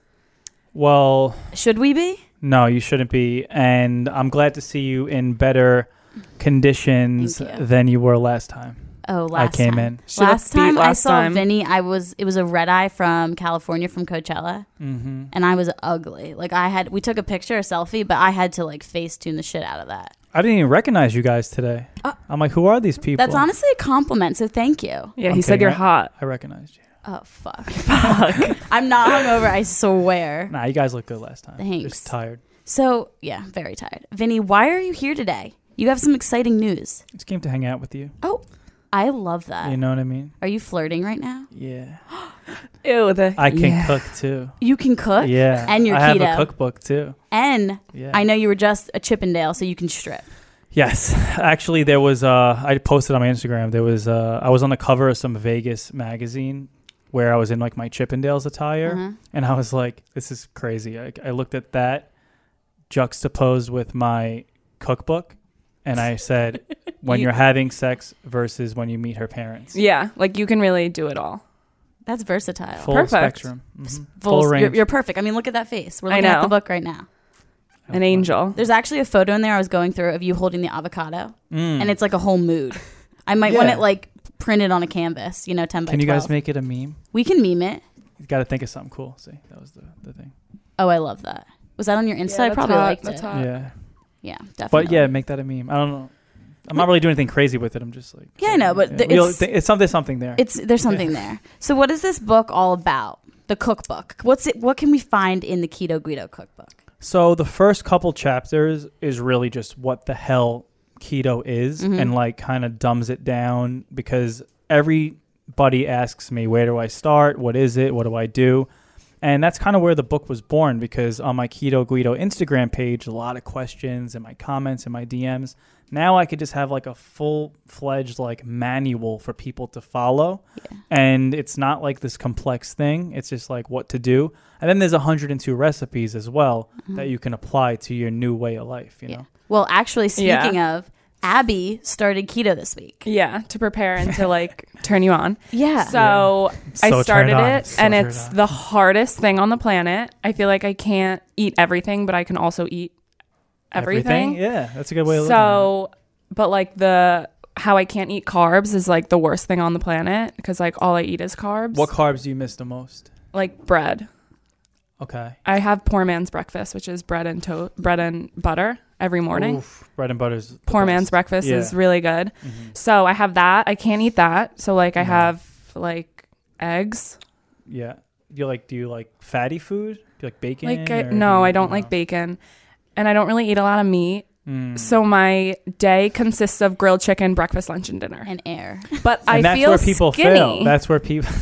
Well,
Should we be?
no, you shouldn't be. And I'm glad to see you in better conditions
Thank you.
than you were last time.
Oh, last
came
time.
in.
Should've
last time
beat
I
last
saw
time.
Vinny, I was it was a red eye from California from Coachella,
Mm-hmm.
and I was ugly. Like I had, we took a picture, a selfie, but I had to like face tune the shit out of that.
I didn't even recognize you guys today. I'm like, who are these people?
Uh, That's honestly a compliment, so thank you.
Yeah,
I'm
he said
kidding,
you're
right?
hot.
I recognized you.
Oh fuck, fuck. I'm not hungover. I swear.
Nah, you guys look good last time.
Thanks.
Just tired.
So yeah, very tired. Vinny, why are you here today? You have some exciting news.
Just came to hang out with you.
Oh, I love that.
You know what I mean?
Are you flirting right now?
Yeah.
Ew, the
I can cook too.
You can cook.
Yeah.
And you're
I
keto.
have a cookbook too.
And
Yeah.
I know you were just a Chippendale, so you can strip.
Yes, actually, there was. Uh, I posted on my Instagram. There was. Uh, I was on the cover of some Vegas magazine where I was in like my Chippendales attire,
Uh-huh.
and I was like, "This is crazy." I, I looked at that juxtaposed with my cookbook, and I said, "When
You-
you, are having sex versus when you meet her parents,
Yeah, like you can really do it all.
That's versatile.
full
perfect.
spectrum, Mhm.
Full-
full
you're-
range."
You're, perfect. I mean, look at that face. We're
I
looking at
know.
the book right now.
An angel.
There's actually a photo in there I was going through of you holding the avocado,
Mm.
and it's like a whole mood. I might want
Hmm. Yeah.
it like printed on a canvas, you know, 10 by
Can you
12.
guys make it a meme?
we can meme it.
You got to think of something cool. See, that was the, the thing.
Oh, I love that. Was that on your Insta? I
that's
probably
hot,
liked
that's
it.
hot.
yeah,
Yeah, definitely.
but yeah, make that a meme. I don't know. I'm not really doing anything crazy with it. I'm just like
Yeah, I know, but th-
We'll-
it's-
th- it's something something there.
It's there's something there. So what is this book all about? The cookbook. What's it what can we find in the Keto Guido cookbook?
so the first couple chapters is really just what the hell keto is,
Mm-hmm.
and like kind of dumbs it down because everybody asks me where do I start, what is it, what do I do, and that's kind of where the book was born because on my keto guido Instagram page, a lot of questions and my comments and my DMs. Now I could just have like a full fledged like manual for people to follow. and it's not like this complex thing. It's just like what to do. And then there's 102 recipes as well
Mm-hmm.
that you can apply to your new way of life, you know.
Well, actually
Yeah.
speaking of, Abby started keto this week.
Yeah, to prepare and to like turn you on.
Yeah.
So
So
I
turned
started
on.
it,
So
and
turned
it's
on.
the hardest thing on the planet. I feel like I can't eat everything, but I can also eat everything.
Yeah, that's a good way of looking
so, but like the how I can't eat carbs is like the worst thing on the planet because like all I eat is carbs,
at it. What carbs do you miss the most?
like bread.
Okay.
I have poor man's breakfast, which is bread and toast, bread and butter every morning.
Oof, bread and butter's the
Poor
best.
man's breakfast is
Yeah. Mm-hmm.
really good. So I have that. I can't eat that. So like I have like eggs.
Yeah. Do you like do you like fatty food? Do you like bacon?
Like I,
or
no,
do
I
you-
don't like bacon, and I don't really eat a lot of meat.
Mm.
So my day consists of grilled chicken, breakfast, lunch, and dinner.
and air.
But I
And that's
feel
where people
skinny.
fail. That's where people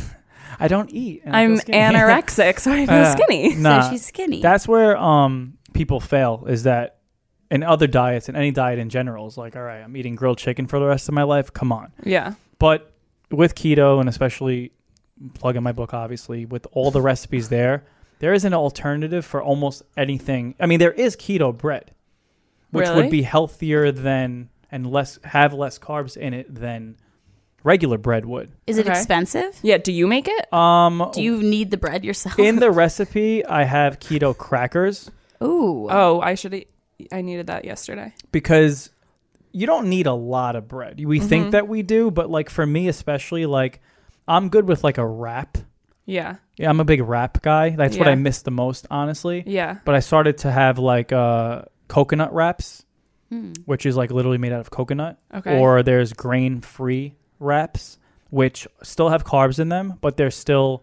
I don't eat. and I feel
I'm
skinny.
anorexic, so I feel
Uh,
skinny.
Nah,
she's skinny.
That's where um people fail is that in other diets and any diet in general is like, all right, I'm eating grilled chicken for the rest of my life. Come on.
Yeah,
But with keto and especially plug in my book, obviously, with all the recipes there, there is an alternative for almost anything. I mean, there is keto bread, which
Really?
would be healthier than and less have less carbs in it than regular bread would.
Is it
Okay.
expensive?
yeah. Do you make it?
Um
Do you need the bread yourself?
in the recipe I have keto crackers.
Ooh.
oh, I should. eat I needed that yesterday.
because you don't need a lot of bread. We
Mm-hmm.
think that we do, but like for me especially, like I'm good with like a wrap.
Yeah.
Yeah, I'm a big wrap guy. That's what
Yeah.
I miss the most, honestly.
Yeah.
But I started to have like uh, coconut wraps,
Hmm.
which is like literally made out of coconut.
Okay.
Or there's grain free wraps, which still have carbs in them, but they're still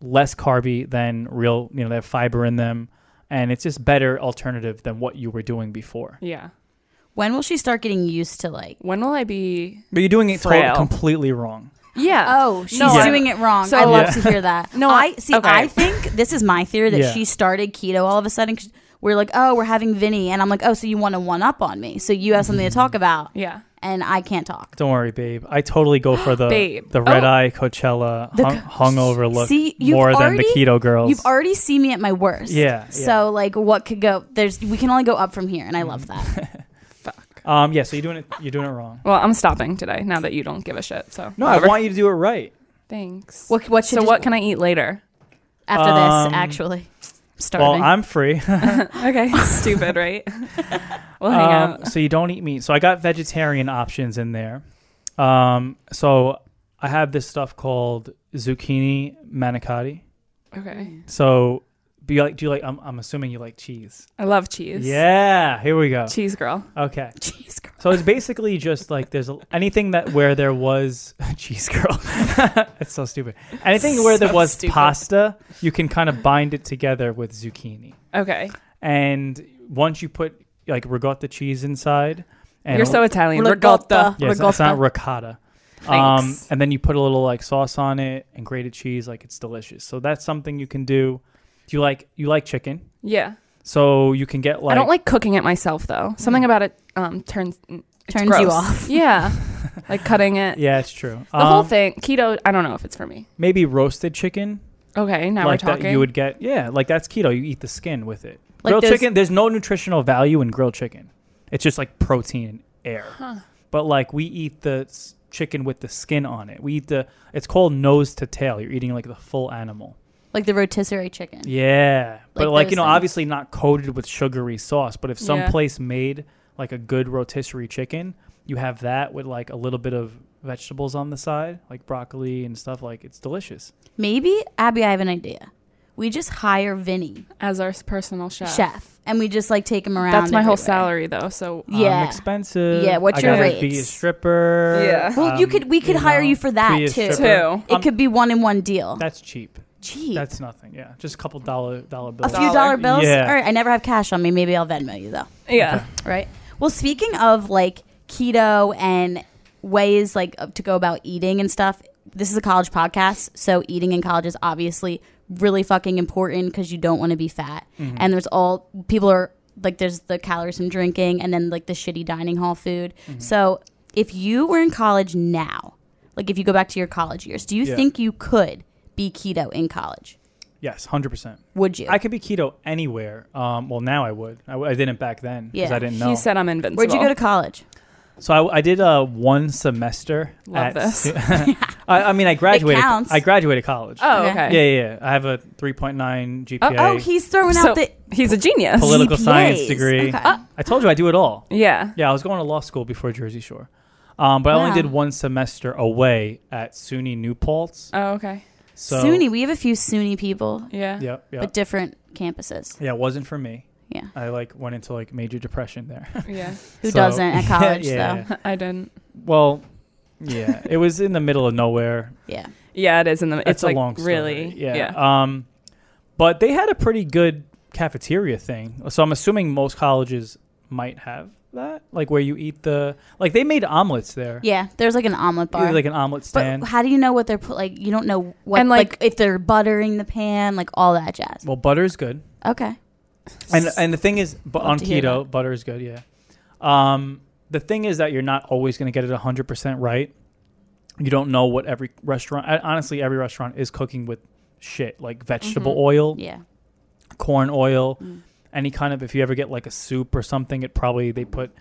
less carby than real, you know, they have fiber in them. And it's just better alternative than what you were doing before.
Yeah.
When will she start getting used to like?
When will I be?
But you're doing it tot-
Frail.
completely wrong.
Yeah.
Oh, she's
I-
doing it wrong.
So-
I love
Yeah.
to hear that.
No,
no,
I-
I see.
okay.
I think this is my theory that
Yeah.
she started keto all of a sudden. 'cause we're like, oh, we're having Vinny, and I'm like, oh, so you want to one up on me? So you have something to talk about,
Mm-hmm. Yeah.
and I can't talk.
Don't worry, babe. I totally go for the
Babe.
the
Oh.
red eye Coachella hung- hungover look
See, you've
more
already,
than the keto girls.
You've already seen me at my worst.
Yeah, yeah. Mm.
So like, what could go? There's we can only go up from here, and I love that.
Um, yeah, so you're doing it. You're doing it wrong.
Well, I'm stopping today now that you don't give a shit. So
No, I want you to do it right.
thanks.
what what should
so what can I eat later?
after
Um,
this actually? I'm
Well,
starving.
I'm free.
Okay. Stupid, right? we'll hang
um,
out.
so you don't eat meat. So I got vegetarian options in there. Um, so I have this stuff called zucchini manicotti.
Okay.
So do you like? Do you like? I'm, I'm assuming you like cheese.
I love cheese.
Yeah. Here we go.
Cheese girl.
Okay.
Jeez, girl.
So it's basically just like there's a, anything that where there was cheese girl. That's so stupid. Anything where there
So
was
stupid.
pasta, you can kind of bind it together with zucchini.
Okay.
And once you put like regatta cheese inside, and
You're so Italian.
Ricotta.
Ricotta.
yeah, it's- it's not ricotta. Um,
Thanks.
and then you put a little like sauce on it and grated cheese, like it's delicious. So that's something you can do. Do you like you like chicken?
yeah.
So you can get like Hmm.
I don't like cooking it myself though. Something about it um turns it's
Turns
gross.
you off.
Yeah. like cutting it.
yeah, it's true.
The whole
Um,
thing, keto, I don't know if it's for me.
Maybe roasted chicken.
Okay, now
like
we're talking.
that you would get yeah like that's keto you eat the skin with it
Like
grilled
there's-
chicken there's no nutritional value in grilled chicken it's just like protein and air but like we eat the s- chicken with the skin on it we eat the it's called nose to tail you're eating like the full animal
like the rotisserie chicken.
yeah but
Like
like
those
you know
things.
obviously not coated with sugary sauce but if some
Yeah.
place made like a good rotisserie chicken you have that with like a little bit of vegetables on the side like broccoli and stuff like it's delicious
Maybe Abby, I have an idea. We just hire Vinny
as our personal chef.
chef, and we just like take him around.
That's my whole
everywhere.
salary though. So
I'm
Yeah.
um, expensive. Um,
Yeah, what's
I
your
gotta Be a
rates?
stripper.
Yeah.
Well, you could- we could hire you for that,
be a
too.
stripper.
It
Um,
could be one in one deal.
That's cheap.
Cheap.
That's nothing. Yeah, just a couple dollar dollar
a
bills.
few dollar
dollar.
bills.
Yeah.
All right, I never have cash on me. Maybe I'll Venmo you though.
yeah.
Right. Well, speaking of like keto and ways like of- to go about eating and stuff, this is a college podcast, so eating in college is obviously really fucking important because you don't want to be fat.
Mm-hmm.
And there's all people are like there's the calories from drinking and then like the shitty dining hall food.
Mm-hmm.
So if you were in college now, like if you go back to your college years, do you
Yeah.
think you could be keto in college?
Yes, hundred percent.
Would you?
I could be keto anywhere. Um, well, now I would. I, w- I didn't back then because
Yeah.
I didn't know.
He said I'm invincible.
Where'd you go to college?
so I, I did uh, one semester.
Love
at
this.
I, I mean, I graduated.
counts.
I graduated college.
Oh,
Okay.
okay.
Yeah, yeah, yeah. I have a three point nine GPA.
Oh, he's throwing
So
out the
he's a genius.
political science
GPAs.
degree.
Okay.
I told you I do it all.
yeah.
Yeah, I was going to law school before Jersey Shore. Um, but I
Wow. Uh,
only did one semester away at SUNY New Paltz.
Oh, okay.
So,
SUNY. We have a few SUNY people,
Yeah.
Yep, yep.
but different campuses.
yeah, it wasn't for me.
Yeah.
I like went into like major depression there.
Yeah.
Who
So-
doesn't at
Yeah,
college,
yeah,
though?
yeah.
I didn't.
Well, yeah, it was in the middle of nowhere.
Yeah.
Yeah, it is in the.
It's
it's like
a long story.
really.
Yeah.
Yeah.
Um, but they had a pretty good cafeteria thing, so I'm assuming most colleges might have that, like where you eat the like they made omelets there.
Yeah. There's like an omelet bar.
like an omelet
but
stand.
how do you know what they're put? Like, you don't know what,
And,
like,
like-
if they're buttering the pan, like all that jazz.
well, butter's good.
Okay.
and and the thing is but on
to hear
keto butter is good yeah um the thing is that you're not always going to get it 100% right you don't know what every restaurant uh, honestly every restaurant is cooking with shit like vegetable oil
Mm-hmm. Yeah. Mm.
corn oil any kind of if you ever get like a soup or something it probably they put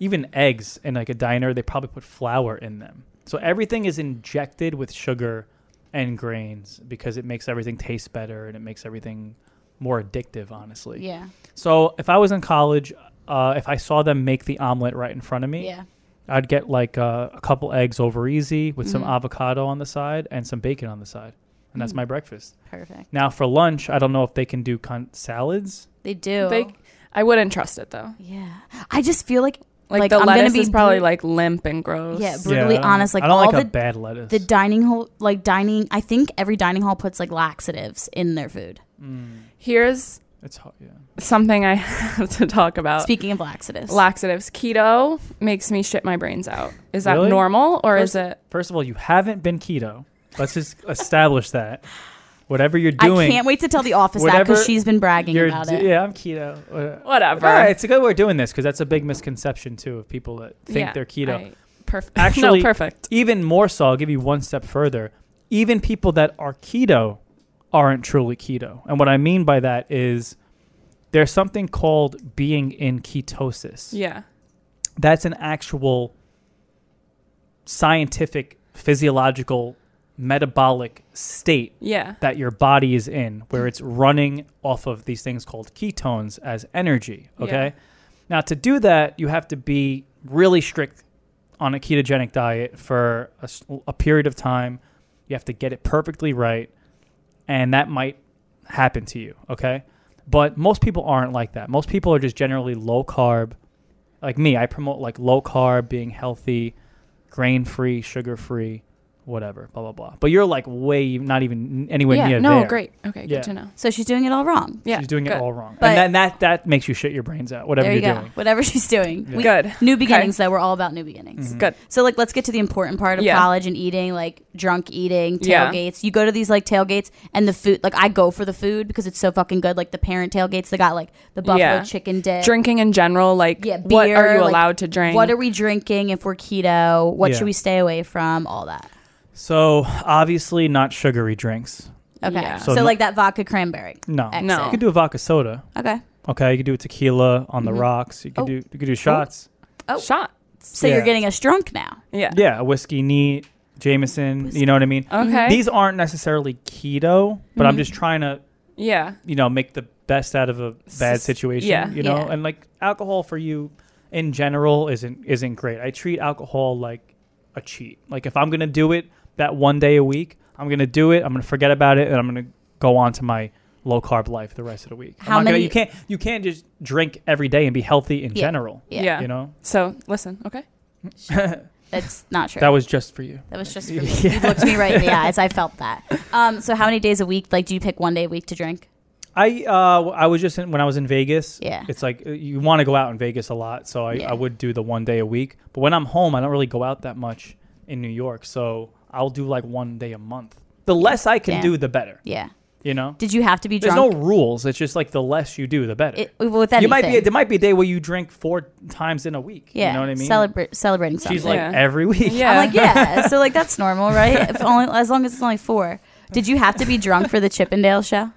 even eggs in like a diner they probably put flour in them so everything is injected with sugar and grains because it makes everything taste better and it makes everything more addictive honestly
Yeah.
so if I was in college, uh, if I saw them make the omelet right in front of me,
Yeah.
I'd get like uh, a couple eggs over easy with
Mm-hmm.
some avocado on the side and some bacon on the side, and
Mm.
that's my breakfast.
Perfect.
Now for lunch, I don't know if they can do con- salads.
They do.
They, I wouldn't trust it though.
yeah. I just feel like
Like,
like,
the
I'm
lettuce
gonna be
is probably
bru-
like limp and gross.
yeah
Yeah, I
brutally
don't-
honest. Like
I don't
all
like
the
a bad lettuce.
the dining hall like dining. I think every dining hall puts like laxatives in their food.
Here's
it's hot. Yeah,
something I have to talk
Uh,
about.
Speaking of laxatives,
Laxatives. Keto makes me shit my brains out. Is that
Really?
normal or is it?
First of all, you haven't been keto. Let's just establish that. Whatever you're
I
doing,
can't wait to tell the office that
whatever
because she's been bragging
you're
about
d-
it.
Yeah, I'm keto. Uh,
Whatever.
all right, it's a good we're doing this because that's a big misconception too of people that think
Yeah,
they're keto.
I- Perfect.
Actually,
no, perfect.
Even more so, I'll give you one step further. Even people that are keto aren't truly keto, and what I mean by that is there's something called being in ketosis.
Yeah.
that's an actual scientific, physiological, metabolic state
Yeah.
that your body is in, where it's running off of these things called ketones as energy. Okay.
Yeah.
Now, to do that, you have to be really strict on a ketogenic diet for a, s- a period of time. You have to get it perfectly right, and that might happen to you. Okay. But most people aren't like that. Most people are just generally low carb. Like me, I promote like low carb, being healthy, grain free, sugar free, whatever, blah blah blah. But you're like way e, not even anywhere
yeah.
near
No,
there.
great. Okay,
Yeah.
good to know.
So she's doing it all wrong.
Yeah.
She's doing
good.
it all wrong,
But-
and then that that makes you shit your brains out. Whatever
There you
you're
go.
doing.
Whatever she's doing. We-
Good.
New beginnings, though. We're all about new beginnings.
Mm-hmm.
Good.
So like let's get to the important part of
Yeah.
college and eating, like drunk eating,
Yeah.
tailgates. You go to these like tailgates and the food like I go for the food because it's so fucking good. Like the parent tailgates, they got like the buffalo
Yeah.
chicken dip.
Drinking in general, like
yeah, beer,
what are you
like,
allowed to drink?
What are we drinking if we're keto? What
Yeah.
should we stay away from? All that.
So obviously not sugary drinks.
Okay.
Yeah.
So,
So no-
like that vodka cranberry.
No,
Exit.
you could do a vodka soda.
Okay.
Okay, you could do a tequila on the rocks. You could
Oh.
do you could do shots.
shot?
So
Yeah.
you're getting us drunk now.
Yeah.
Yeah, a whiskey neat, Jameson. You know what I mean?
Mm-hmm.
Okay.
These aren't necessarily keto, but I'm just trying to
yeah.
you know make the best out of a bad
S-
situation
yeah.
you know
Yeah.
and like alcohol for you in general isn't isn't great i treat alcohol like a cheat like if i'm gonna do it that one day a week i'm gonna do it i'm gonna forget about it and i'm gonna go on to my low carb life the rest of the week I'm
How
not
many-
gonna, you can't you can't just drink every day and be healthy in
Yeah.
general
Yeah.
Yeah.
you know
So listen, okay.
That's not true.
that was just for you
That was just for me. You looked me right in the eyes. I felt that. Um, so how many days a week? Like, do you pick one day a week to drink?
I uh, I was just in, when I was in Vegas.
Yeah.
It's like uh, you want to go out in Vegas a lot, so I,
Yeah.
I would do the one day a week. But when I'm home, I don't really go out that much in New York, so I'll do like one day a month. The less I can
Damn.
do, the better.
Yeah.
You know.
Did you have to be
There's
drunk?
no rules. It's just like the less you do, the better.
It- with anything.
you might be there might be a day where you drink four times in a week.
yeah.
You know what I mean?
Celebra- celebrating something.
She's like
Yeah.
every week.
Yeah.
I'm like, yeah. so like that's normal, right? If only as long as it's only four. Did you have to be drunk for the Chippendale show?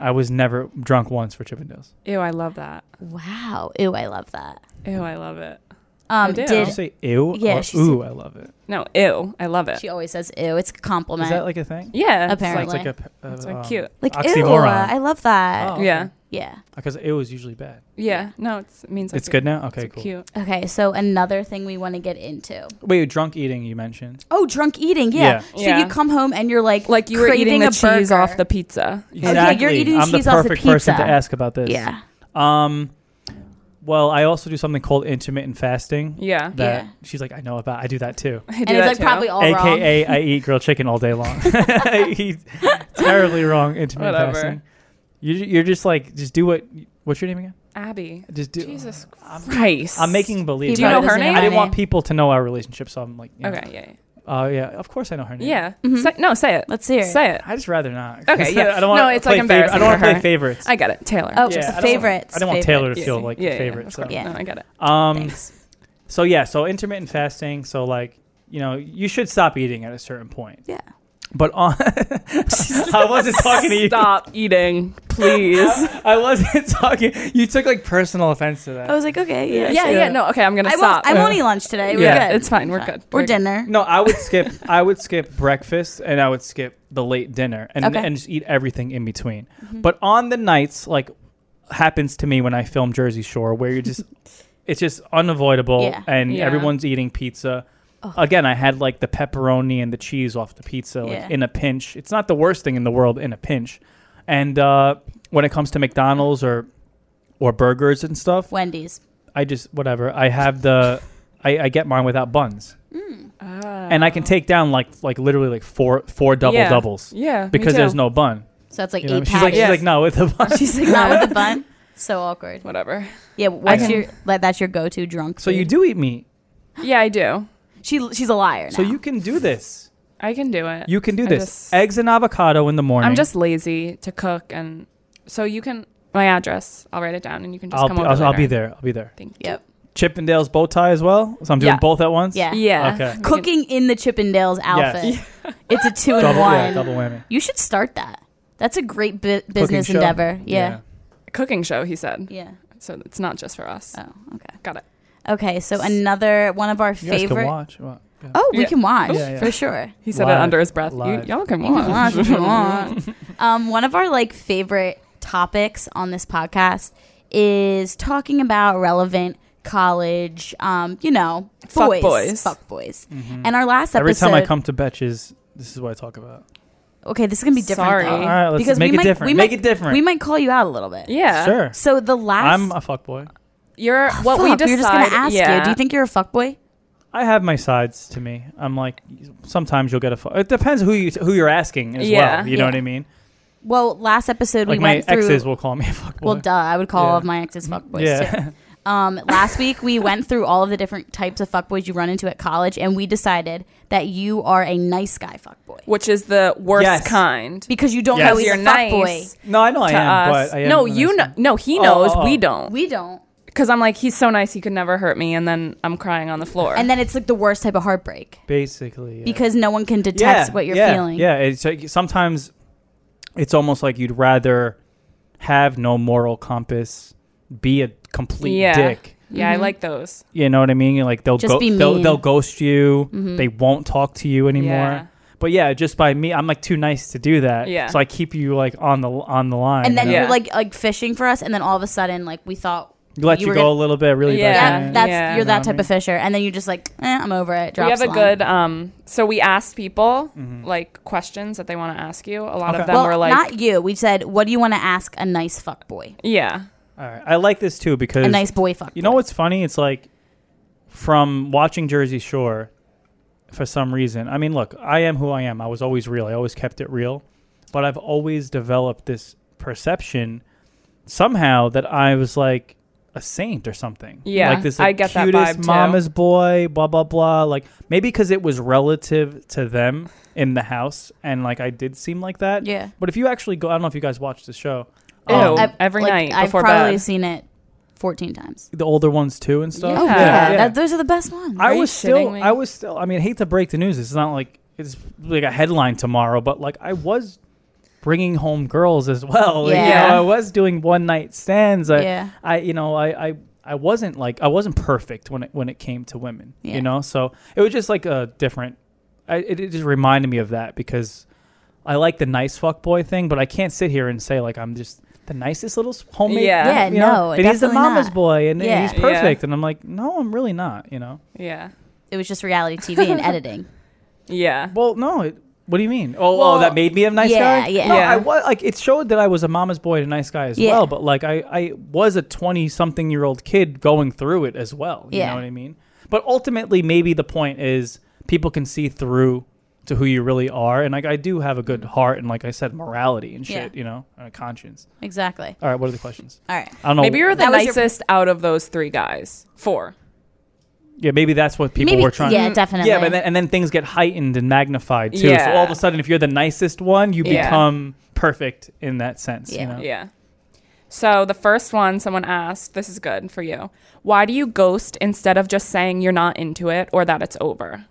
I was never drunk once for Chippendales.
Ew, I love that.
Wow. Ew, I love that.
Ew, I love it.
Um,
do.
Did you
did
say ew?
Yeah,
or
she said-
ooh, I love it.
No, ew, I love it.
she always says ew? It's a compliment.
Is that like a thing?
yeah. it's
Apparently.
It's like a p- uh,
That's so
um,
cute.
like ew? uh,
oxymoron.
I love that.
Oh,
Like, yeah.
Yeah.
Because Oh, it was usually bad.
Yeah. No, it's, it means I
It's
do.
good now? Okay,
It's
cool.
Cute.
Okay. So another thing we want to get into.
Wait, drunk eating you mentioned.
Oh, drunk eating. Yeah.
Yeah.
So
Yeah.
you come home and you're like,
Like you were eating
craving
the
a
cheese
burger.
off the pizza.
Oh, you're eating
I'm
cheese
the
off the
perfect person to
pizza.
ask about this.
Yeah.
Um well, I also do something called intermittent fasting.
Yeah.
That
Yeah.
she's like, I know about I do that too.
I do
And it's
that
like
too.
probably all wrong.
AKA I eat grilled chicken all day long. I eat terribly wrong intermittent
Whatever.
fasting. You you're just like just do what what's your name again?
Abby.
Just do
Jesus Christ.
I'm making believe.
People
Do you know
doesn't
her name?
I
my
didn't want people to know our relationship, so I'm like, you know.
Okay. Yeah. Yeah.
Oh yeah, of course I know her name.
yeah. Say, no, say it.
Mm-hmm. Let's hear it.
Say it.
I just rather not.
Okay, yeah.
I don't want
No, it's, like,
I don't
embarrassing
want
for
to
her.
play favorites.
I got it. Taylor.
Oh, it's
Yeah, I
a
don't-
favorites.
I don't want Taylor to
Favorites.
feel like
Yeah, yeah,
the favorite.
of
so.
course.
Yeah.
No, I got it.
Um,
Thanks.
so yeah, so intermittent fasting. So like, you know, you should stop eating at a certain point.
Yeah.
But on, I wasn't talking to you.
Stop eating, please.
I wasn't talking. You took like personal offense to that.
I was like, okay, yeah.
yeah,
sure.
yeah, no, okay, I'm gonna
I
stop.
won't, I won't eat lunch today. We're
yeah,
good.
it's fine. We're good.
Or
We're good.
dinner.
no, I would skip. I would skip breakfast and I would skip the late dinner and
Okay. Mm-hmm.
and just eat everything in between. But on the nights like happens to me when I film Jersey Shore, where you're just, it's just unavoidable,
Yeah.
and
Yeah.
everyone's eating pizza. Again, I had like the pepperoni and the cheese off the pizza, like
Yeah.
in a pinch. It's not the worst thing in the world in a pinch. And uh, when it comes to McDonald's or or burgers and stuff,
Wendy's.
I just whatever. I have the I, I get mine without buns.
Mm.
And I can take down like like literally like four four double
Ah. Yeah.
doubles.
Yeah, me
because there's
too.
no bun.
So it's like
You know?
eight
She's
patties.
like she's
Yes.
like no with the bun.
She's like,
Not with the bun. So awkward.
whatever.
Yeah, what's
can-
your like, that's your go-to drunk?
so you
food.
do eat meat.
Yeah, I do.
She she's a liar.
So
now.
you can do this.
I can do it.
You can do
I
this.
just-
Eggs and avocado in the morning.
I'm just lazy to cook, and so you can my address. I'll write it down, and you can just
I'll
come
be,
over.
I'll, I'll be
later.
there. I'll be there.
Thank you.
Yep.
Chippendales bow tie as well. So I'm doing
Yeah.
both at once.
Yeah.
Yeah.
Okay.
Cooking in the Chippendales outfit.
Yes.
It's a two in
Double,
one.
yeah, double whammy.
You should start that. That's a great bu-
Cooking
business
show.
endeavor. Yeah.
Cooking show, he said.
yeah.
So it's not just for us.
Oh, okay.
Got it.
Okay, so another one of our
You guys
favorite.
can watch. Well, yeah.
Oh, we
Yeah.
can watch
Yeah, yeah.
for sure.
He said it
Live.
under his breath. You,
Live.
y'all can
You can watch
watch.
if you want. Um, one of our like favorite topics on this podcast is talking about relevant college, um, you know,
Fuck
boys,
boys.
fuck boys. And our last
Mm-hmm. Every
episode,
time I come to Betches, this is what I talk about.
okay, this is gonna be different.
Sorry.
though,
All
right, let's
because
make
we
it
might,
different.
We
Make
might,
it different.
We might call you out a little bit.
yeah.
Sure.
So the last,
I'm a fuckboy.
You're what we
Fuck,
decide.
we were just gonna ask
yeah.
you. Do you think you're a fuck boy?
I have my sides to me. I'm like sometimes you'll get a. Fu- it depends who you who you're asking as
Yeah.
well. You know
Yeah.
what I mean?
Well, last episode
Like
we
my
went through.
exes will call me a fuckboy.
well, duh, I would call all
Yeah.
of my exes fuckboys too.
yeah.
Um, last week we went through all of the different types of fuckboys you run into at college, and we decided that you are a nice guy fuckboy
Which is the worst
Yes.
kind?
because you don't
Yes.
know he's
You're
a
nice.
fuckboy.
no, I know I
to
am,
us.
but I am
no,
a nice
you know.
guy.
No, he knows.
oh,
We
oh.
don't.
We don't.
Because I'm like, he's so nice, he could never hurt me, and then I'm crying on the floor.
And then it's like the worst type of heartbreak
Basically, yeah.
because no one can
yeah,
detect what you're
yeah,
feeling.
Yeah, it's like, sometimes it's almost like you'd rather have no moral compass, be a complete
Yeah.
dick.
yeah,
Mm-hmm.
I like those.
You know what I mean? Like they'll
Just
go-
be
they'll,
mean.
they'll ghost you. They won't talk to you anymore.
Mm-hmm. Yeah.
But yeah, just by me, I'm like too nice to do that.
Yeah.
So I keep you like on the on the line.
And then
you know?
Yeah.
you're like like fishing for us, and then all of a sudden like we thought
let you,
were
go
gonna-
a little bit, really.
Yeah.
bad.
Yeah, that's
Yeah.
you're
Know
that
what I
type
mean?
of fisher, and then you're just like, eh, I'm over it.
we
Drops
have a
the line.
good. Um, so we asked people like questions that they want to ask you. A lot
Mm-hmm. Okay.
of them
well,
were like,
not you. We said, what do you want to ask a nice fuck boy,
yeah,
All right, I like this too because
a nice boy fuck?
You know what's funny? It's like from watching Jersey Shore for some reason. I mean, look, I am who I am. I was always real. I always kept it real. But I've always developed this perception somehow that I was like a saint or something.
Yeah,
Like this
I
like,
get that
cutest
vibe, too.
mama's boy, blah blah blah. Like maybe because it was relative to them in the house and like I did seem like that.
Yeah. Oh.
But if you actually go I don't know if you guys watched the show.
Ew.
Um,
I- every night
I've
before
probably
bed.
seen it 14 times.
the older ones too and stuff.
Oh, Yeah.
Yeah,
yeah.
That, those are the best ones.
I
you
was still.
shitting me?
I was still. I mean, I hate to break the news. It's not like it's like a headline tomorrow, but like I was bringing home girls as well. Like, you
Yeah.
know, I was doing one night stands. I,
Yeah.
I, you know, I, I, I wasn't like I wasn't perfect when it when it came to women.
Yeah.
You know, so it was just like a different. I, it, it just reminded me of that because I like the nice fuck boy thing, but I can't sit here and say like I'm just. The nicest little s- homemade,
Yeah.
Yeah,
you know,
no,
and he's the
definitely
mama's
not.
boy, and, and
Yeah.
he's
Yeah.
perfect, and I'm like, no, I'm really not, you know.
yeah,
it was just reality TV and editing.
yeah.
Well, no. It, what do you mean? Oh,
Well-
oh, that made me a nice
Yeah,
guy.
yeah.
No,
Yeah.
I was like it showed that I was a mama's boy and a nice guy as
Yeah.
well. But like I, I was a twenty-something-year-old kid going through it as well. You
Yeah.
know what I mean? But ultimately, maybe the point is people can see through to who you really are, and like I do have a good heart and like I said, morality and shit.
Mm-hmm. Yeah.
You know, and a conscience.
Exactly.
All right, what are the questions?
All right.
I don't know.
Maybe you're the
That was your-
nicest out of those three guys. Four.
yeah, maybe that's what people
Maybe-
were trying.
Mm.
yeah, definitely.
Yeah, but then, and then things get heightened and magnified too.
Yeah.
So all of a sudden, if you're the nicest one, you
Yeah.
become perfect in that sense.
Yeah.
You know?
Yeah. So the first one someone asked, this is good for you. Why do you ghost instead of just saying you're not into it or that it's over?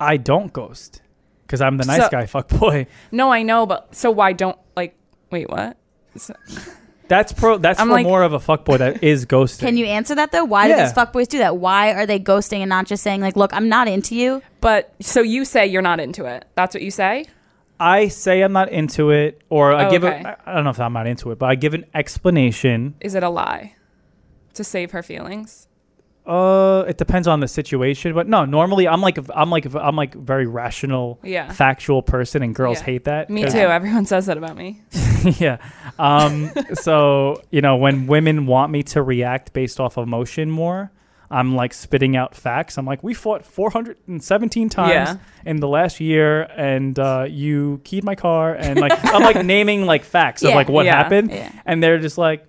I don't ghost because I'm the nice
So-
guy, fuck boy.
No, I know, but so why don't like wait, what? So-
That's pro. That's
I'm
for
like-
more of a fuck boy that is ghosting.
Can you answer that though? Why do
Yeah.
these fuckboys do that? Why are they ghosting and not just saying like, "Look, I'm not into you"?
But so you say you're not into it. That's what you say?
I say I'm not into it, or I
Oh,
give
okay.
a, I- I don't know if I'm not into it, but I give an explanation.
Is it a lie to save her feelings?
Uh, it depends on the situation, but no. Normally, I'm like I'm like I'm like very rational,
Yeah.
factual person, and girls
Yeah.
hate that.
Me
'cause-
too. Everyone says that about me.
yeah. Um. so you know, when women want me to react based off emotion more, I'm like spitting out facts. I'm like, we fought 417 times
Yeah.
in the last year, and uh, you keyed my car, and like I'm like naming like facts of
Yeah,
like what
yeah,
happened,
yeah.
and they're just like,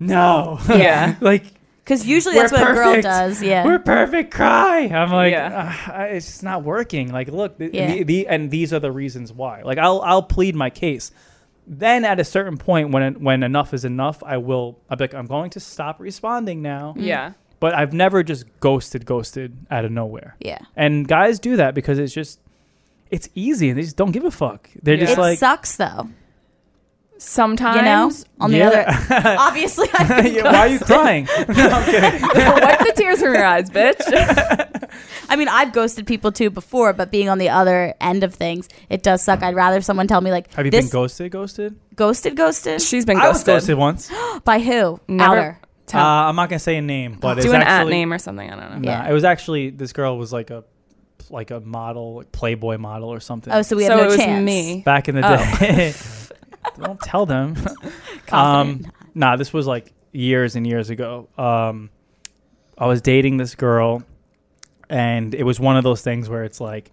no,
Yeah.
like
Because usually
We're
that's what a girl
perfect.
does. Yeah.
we're perfect cry i'm like
Yeah.
"Ah, it's just not working like look th-
Yeah.
the, the, and these are the reasons why like i'll i'll plead my case then at a certain point when it- when enough is enough i will i'm like i'm going to stop responding now
Yeah.
but i've never just ghosted ghosted out of nowhere
yeah.
and guys do that because it's just it's easy and they just don't give a fuck they're
Yeah.
just
It
like
sucks though.
Sometimes.
You know? On the
yeah.
other obviously I
Yeah, why are you crying
Wipe the tears from your eyes, bitch.
I mean, I've ghosted people too before, but being on the other end of things, it does suck. I'd rather someone tell me like
have you
this
been ghosted ghosted
ghosted ghosted
She's been
i was
ghosted.
ghosted once uh,
by who?
Never-
Outer.
Tell-
i'm not gonna say a name but it's
Do an at
actually
name or something. I don't know.
No,
Yeah.
it was actually this girl was like a like a model, like Playboy model or something.
Oh, so we have
so
no
it was
chance.
me.
back in the
Oh.
day. Don't tell them. um, nah, this was like years and years ago. Um, I was dating this girl, and it was one of those things where it's like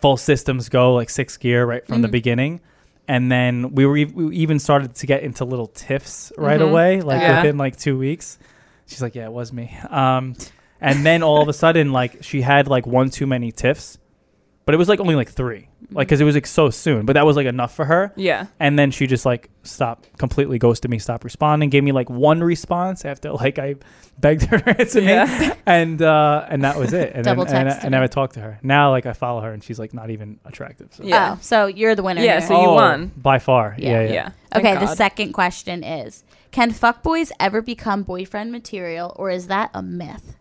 full systems go, like sixth gear right from the beginning. And then we were e- we even started to get into little tiffs right away, like
Yeah.
within like two weeks. She's like, "Yeah, it was me." Um, and then all of a sudden, like she had like one too many tiffs, but it was like only like three, like because it was like so soon. But that was like enough for her.
Yeah.
And then she just like stopped completely ghosted me, stopped responding, gave me like one response after like I begged her to answer me,
Yeah.
and uh, and that was it. And
Double
then, and, I,
texted
and I
her.
would talk to her. Now like I follow her and she's like not even attractive. So.
Yeah.
Oh, so you're the winner.
Yeah,
here.
so you won.
by far. Yeah,
Yeah.
yeah.
Oh, Yeah.
Okay,
Thank
the
God.
second question is Can fuckboys ever become boyfriend material, or is that a myth?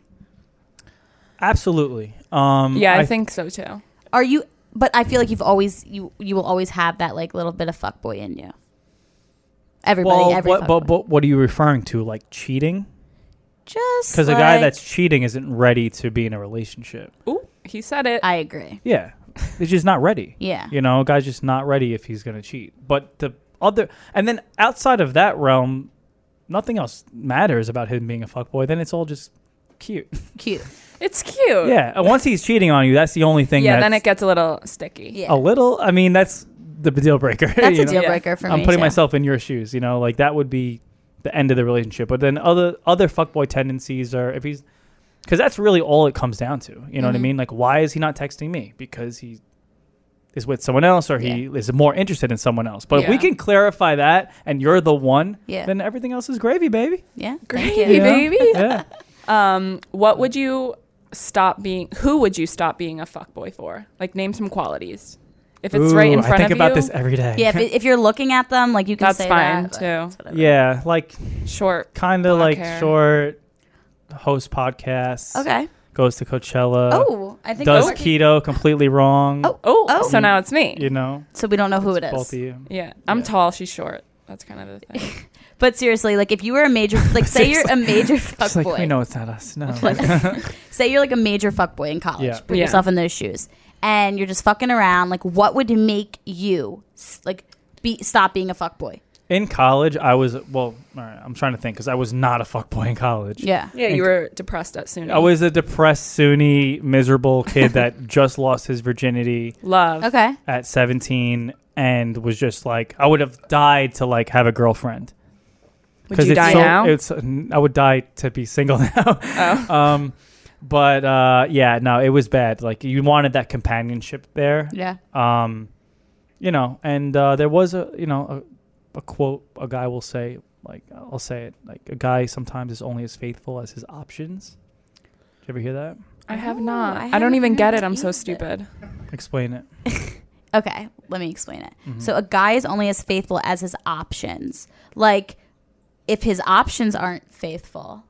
absolutely. Um,
Yeah, I,
I
think so too.
Are you, but I feel like you've always, you you will always have that like little bit of fuckboy in you. Everybody,
Well,
every
what, but,
fuckboy.
but what are you referring to? Like cheating?
Just
Because
like,
a guy that's cheating isn't ready to be in a relationship.
Ooh, he said it.
I agree.
Yeah, he's just not ready.
Yeah.
you know, a guy's just not ready if he's gonna cheat. But the other, and then outside of that realm, nothing else matters about him being a fuckboy. Then it's all just cute.
Cute.
it's cute.
yeah, and once he's cheating on you, that's the only thing.
Yeah,
that's
then it gets a little sticky.
Yeah.
a little. I mean, that's the deal breaker.
That's
you
a
know?
deal
Yeah.
breaker for me.
I'm putting
too.
myself in your shoes. You know, like that would be the end of the relationship. But then other other fuckboy tendencies are if he's because that's really all it comes down to. You know
Mm-hmm.
what I mean? Like, why is he not texting me? Because he is with someone else, or he is more interested in someone else. But if we
Yeah.
can clarify that, and you're the one,
Yeah.
then everything else is gravy, baby.
Yeah. Thank
Gravy,
you.
baby.
Yeah.
Um, what would you stop being? Who would you stop being a fuckboy for? Like, name some qualities. If it's right
Ooh,
in front
I think
of
about
you,
this e- every day.
Yeah, if, if you're looking at them, like you can
that's
say
fine
that. but-
too.
yeah, like
Short.
kind of
Black
like
hair.
short host podcasts.
Okay.
Goes to Coachella.
Oh, I think
Uh, does
we're-
keto completely wrong.
Oh,
Oh,
Oh.
so now it's me.
you know,
so we don't know who it
both of
is.
you.
Yeah, I'm tall. She's short. That's kind of the thing.
But seriously, like if you were a major, like say you're a major fuckboy.
like we know it's not us. No,
say you're like a major fuckboy in college.
Yeah.
Put
Yeah.
yourself in those shoes, and you're just fucking around. Like, what would make you s- like be stop being a fuckboy?
in college I was well. All right, I'm trying to think because I was not a fuckboy in college.
Yeah.
Yeah, you were depressed at soon.
I was a depressed SUNY miserable kid that just lost his virginity
love.
Okay.
at 17 and was just like I would have died to like have a girlfriend.
Would you
it's
die
so-
now?
It's I would die to be single now.
Oh.
um, but uh, yeah, no, it was bad. Like you wanted that companionship there.
Yeah.
um, you know, and uh, there was a you know a, a quote a guy will say like I'll say it like a guy sometimes is only as faithful as his options. Did you ever hear that?
I have not.
I
I,
haven't
don't even get
heard
it. I'm so
either.
stupid.
Explain it.
Okay. Let me explain it. So a guy is only as faithful as his options. Like, if his options aren't faithful,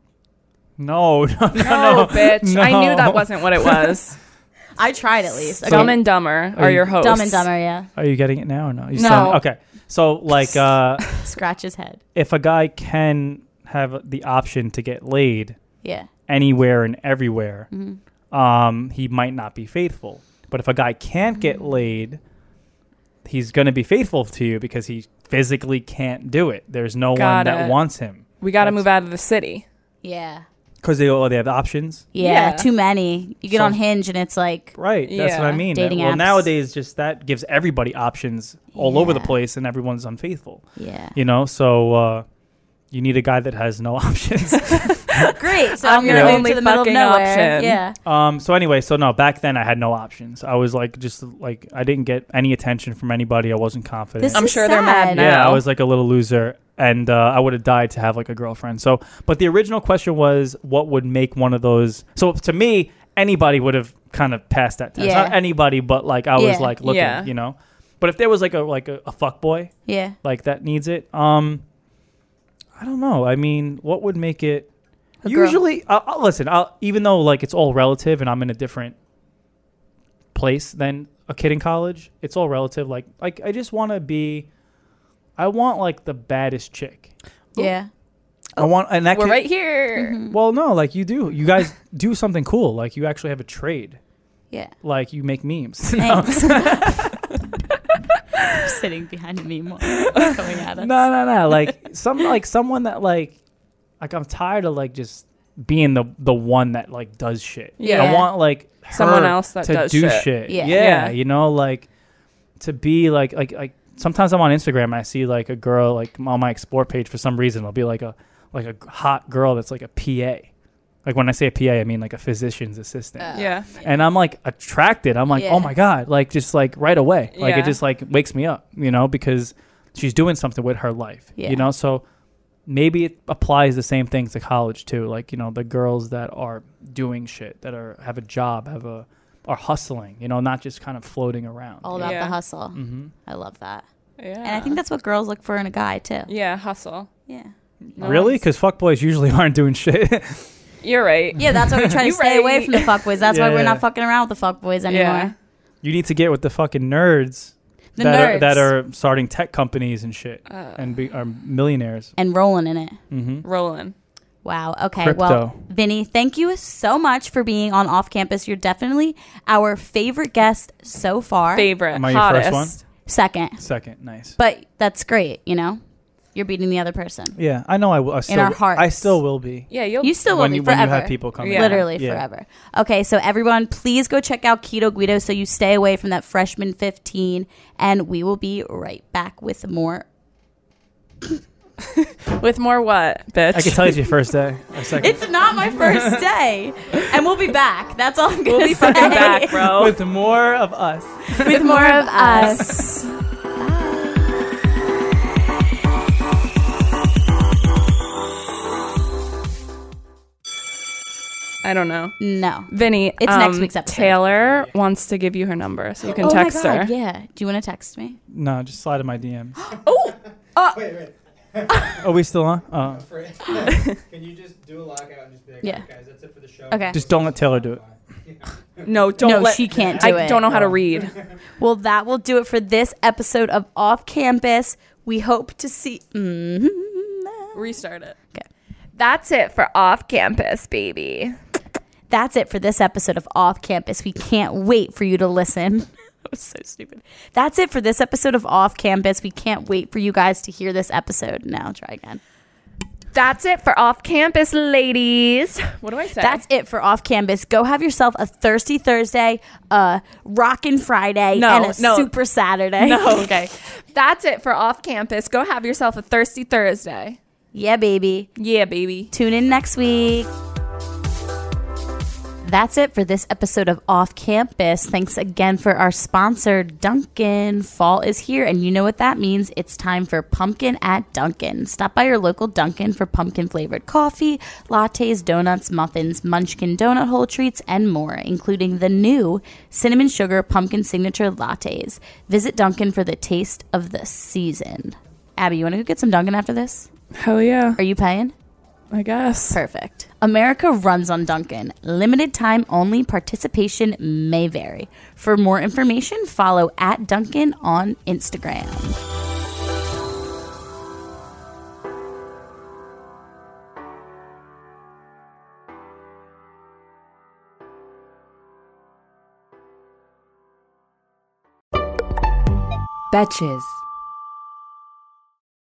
No, no, no,
No,
no,
bitch. I knew
No.
that wasn't what it was.
I tried at least. Okay.
Dumb and Dumber are your hosts.
Dumb and Dumber, yeah.
Are you getting it now or no? You
No.
sound- okay. So like, uh,
Scratch his head.
if a guy can have the option to get laid
Yeah.
anywhere and everywhere,
Mm-hmm.
um, he might not be faithful. But if a guy can't get
Mm-hmm.
laid, he's going to be faithful to you because he physically can't do it. There's no
Got
one that
it.
wants him
We got to
That's-
move out of the city.
Yeah.
because they oh, they have options.
Yeah.
Yeah.
Too many. You get
So-
on Hinge and it's like,
Right, that's what I
Yeah.
mean.
Dating
well,
apps.
nowadays, just that gives everybody options all over the
Yeah.
place, and everyone's unfaithful.
yeah.
You know, so uh, you need a guy that has no options.
Great. So
I'm
I'm, gonna
your
move
only
to the middle of
fucking
nowhere.
option.
Yeah.
Um. So anyway, so no, back then I had no options. I was like, just like I didn't get any attention from anybody. I wasn't confident.
This
I'm
is
sure they're mad
sad.
now.
yeah, I was like a little loser, and uh, I would have died to have like a girlfriend. So, but the original question was, what would make one of those? So to me, anybody would have kind of passed that test.
Yeah.
Not anybody, but like I was
Yeah.
like looking,
Yeah.
you know. But if there was like a like a, a fuck boy
Yeah.
like that needs it, um, I don't know. I mean, what would make it?
A girl.
usually, I'll, I'll- listen. I'll, even though like it's all relative, and I'm in a different place than a kid in college, it's all relative. Like, like I just want to be. I want like the baddest chick.
Yeah.
I want, and that
We're
could-
right here.
Mm-hmm.
Well, no, like you do. You guys do something cool. Like you actually have a trade.
Yeah.
Like you make memes.
Thanks. I'm sitting behind me more coming at us.
no, no, no. Like some, like someone that like, like I'm tired of like just being the the one that like does shit.
Yeah.
I want like her
Someone else that
to
does
do
shit.
Yeah.
Yeah.
Yeah.
you know, like to be like like like sometimes I'm on Instagram and I see like a girl like on my explore page for some reason it'll be like a like a hot girl that's like a PA. Like when I say a PA, I mean like a physician's assistant.
Oh.
Yeah.
And I'm like attracted. I'm like,
Yeah.
oh my god, like just like right away. Like
Yeah.
it just like wakes me up, you know, because she's doing something with her life,
Yeah.
you know. So maybe it applies the same things to college too. Like you know, the girls that are doing shit, that are have a job, have a are hustling, you know, not just kind of floating around.
All about the
Yeah. Mm-hmm.
hustle. I love that.
Yeah.
And I think that's what girls look for in a guy too.
yeah, hustle.
Yeah.
really? Because fuckboys usually aren't doing shit.
You're right.
Yeah, that's why we try to
You
stay away
right.
from the fuckboys. That's why
Yeah,
we're
yeah.
not fucking around with the fuckboys anymore.
Yeah.
you need to get with the fucking nerds.
The
that, Are,
nerds. Uh.
that are starting tech companies and shit and be, are millionaires.
And rolling in it. Mm-hmm.
Rolling.
Wow. Okay.
Crypto.
Well, Vinny, thank you so much for being on off campus. You're definitely our favorite guest so far.
Favorite.
Am I your
hottest.
first one?
Second.
Second, nice.
But that's great, you know? You're beating the other person.
Yeah, I know. I will. I still,
our
I
hearts.
still will be.
Yeah, you'll
You still
when
will
you,
be
when
forever.
you have people coming,
Yeah.
Literally
Yeah.
forever. Okay, so everyone, please go check out Keto Guido so you stay away from that freshman 15, and we will be right back with more.
With more what, bitch?
I can tell you it's your first day. Or second.
It's not my first day, and we'll be back. That's all I'm going to
we'll be
say.
fucking back, bro.
Oh. with more of us.
with more of us.
I don't know.
No.
Vinny,
It's
um,
next week's episode. Oh
Taylor wants to give you her number so you can
my
text
God,
her.
Yeah. Do you want to text me?
No, just slide in my DMs. oh.
uh.
Are we still on? Uh,
Can you just do a lockout and just be like,
Yeah.
guys, that's it for the show.
Okay.
just don't let Taylor do it.
No, don't
No,
let-
she can't do
I
it. Oh.
don't know how to read.
Well, that will do it for this episode of Off Campus. We hope to see. Mm.
Restart it.
Okay.
That's it for off campus, baby.
That's it for this episode of Off Campus. We can't wait for you to listen. That was so stupid. That's it for this episode of Off Campus. We can't wait for you guys to hear this episode. Now try again.
That's it for off campus, ladies. What do I say?
That's it for Off Campus. Go have yourself a thirsty Thursday, a rockin' Friday,
No,
and a
no.
super Saturday.
no, okay. That's it for off campus. Go have yourself a thirsty Thursday.
yeah, baby.
Yeah, baby.
Tune in next week. That's it for this episode of Off Campus. Thanks again for our sponsor, Duncan. Fall is here, and you know what that means. It's time for pumpkin at Duncan. Stop by your local Duncan for pumpkin flavored coffee, lattes, donuts, muffins, munchkin donut hole treats, and more, including the new cinnamon sugar pumpkin signature lattes. Visit Duncan for the taste of the season. Abby, you want to go get some Duncan after this?
Hell yeah.
Are you paying?
I guess.
Perfect. America runs on Duncan. Limited time only. Participation may vary. For more information, follow at Duncan on Instagram.
Betches.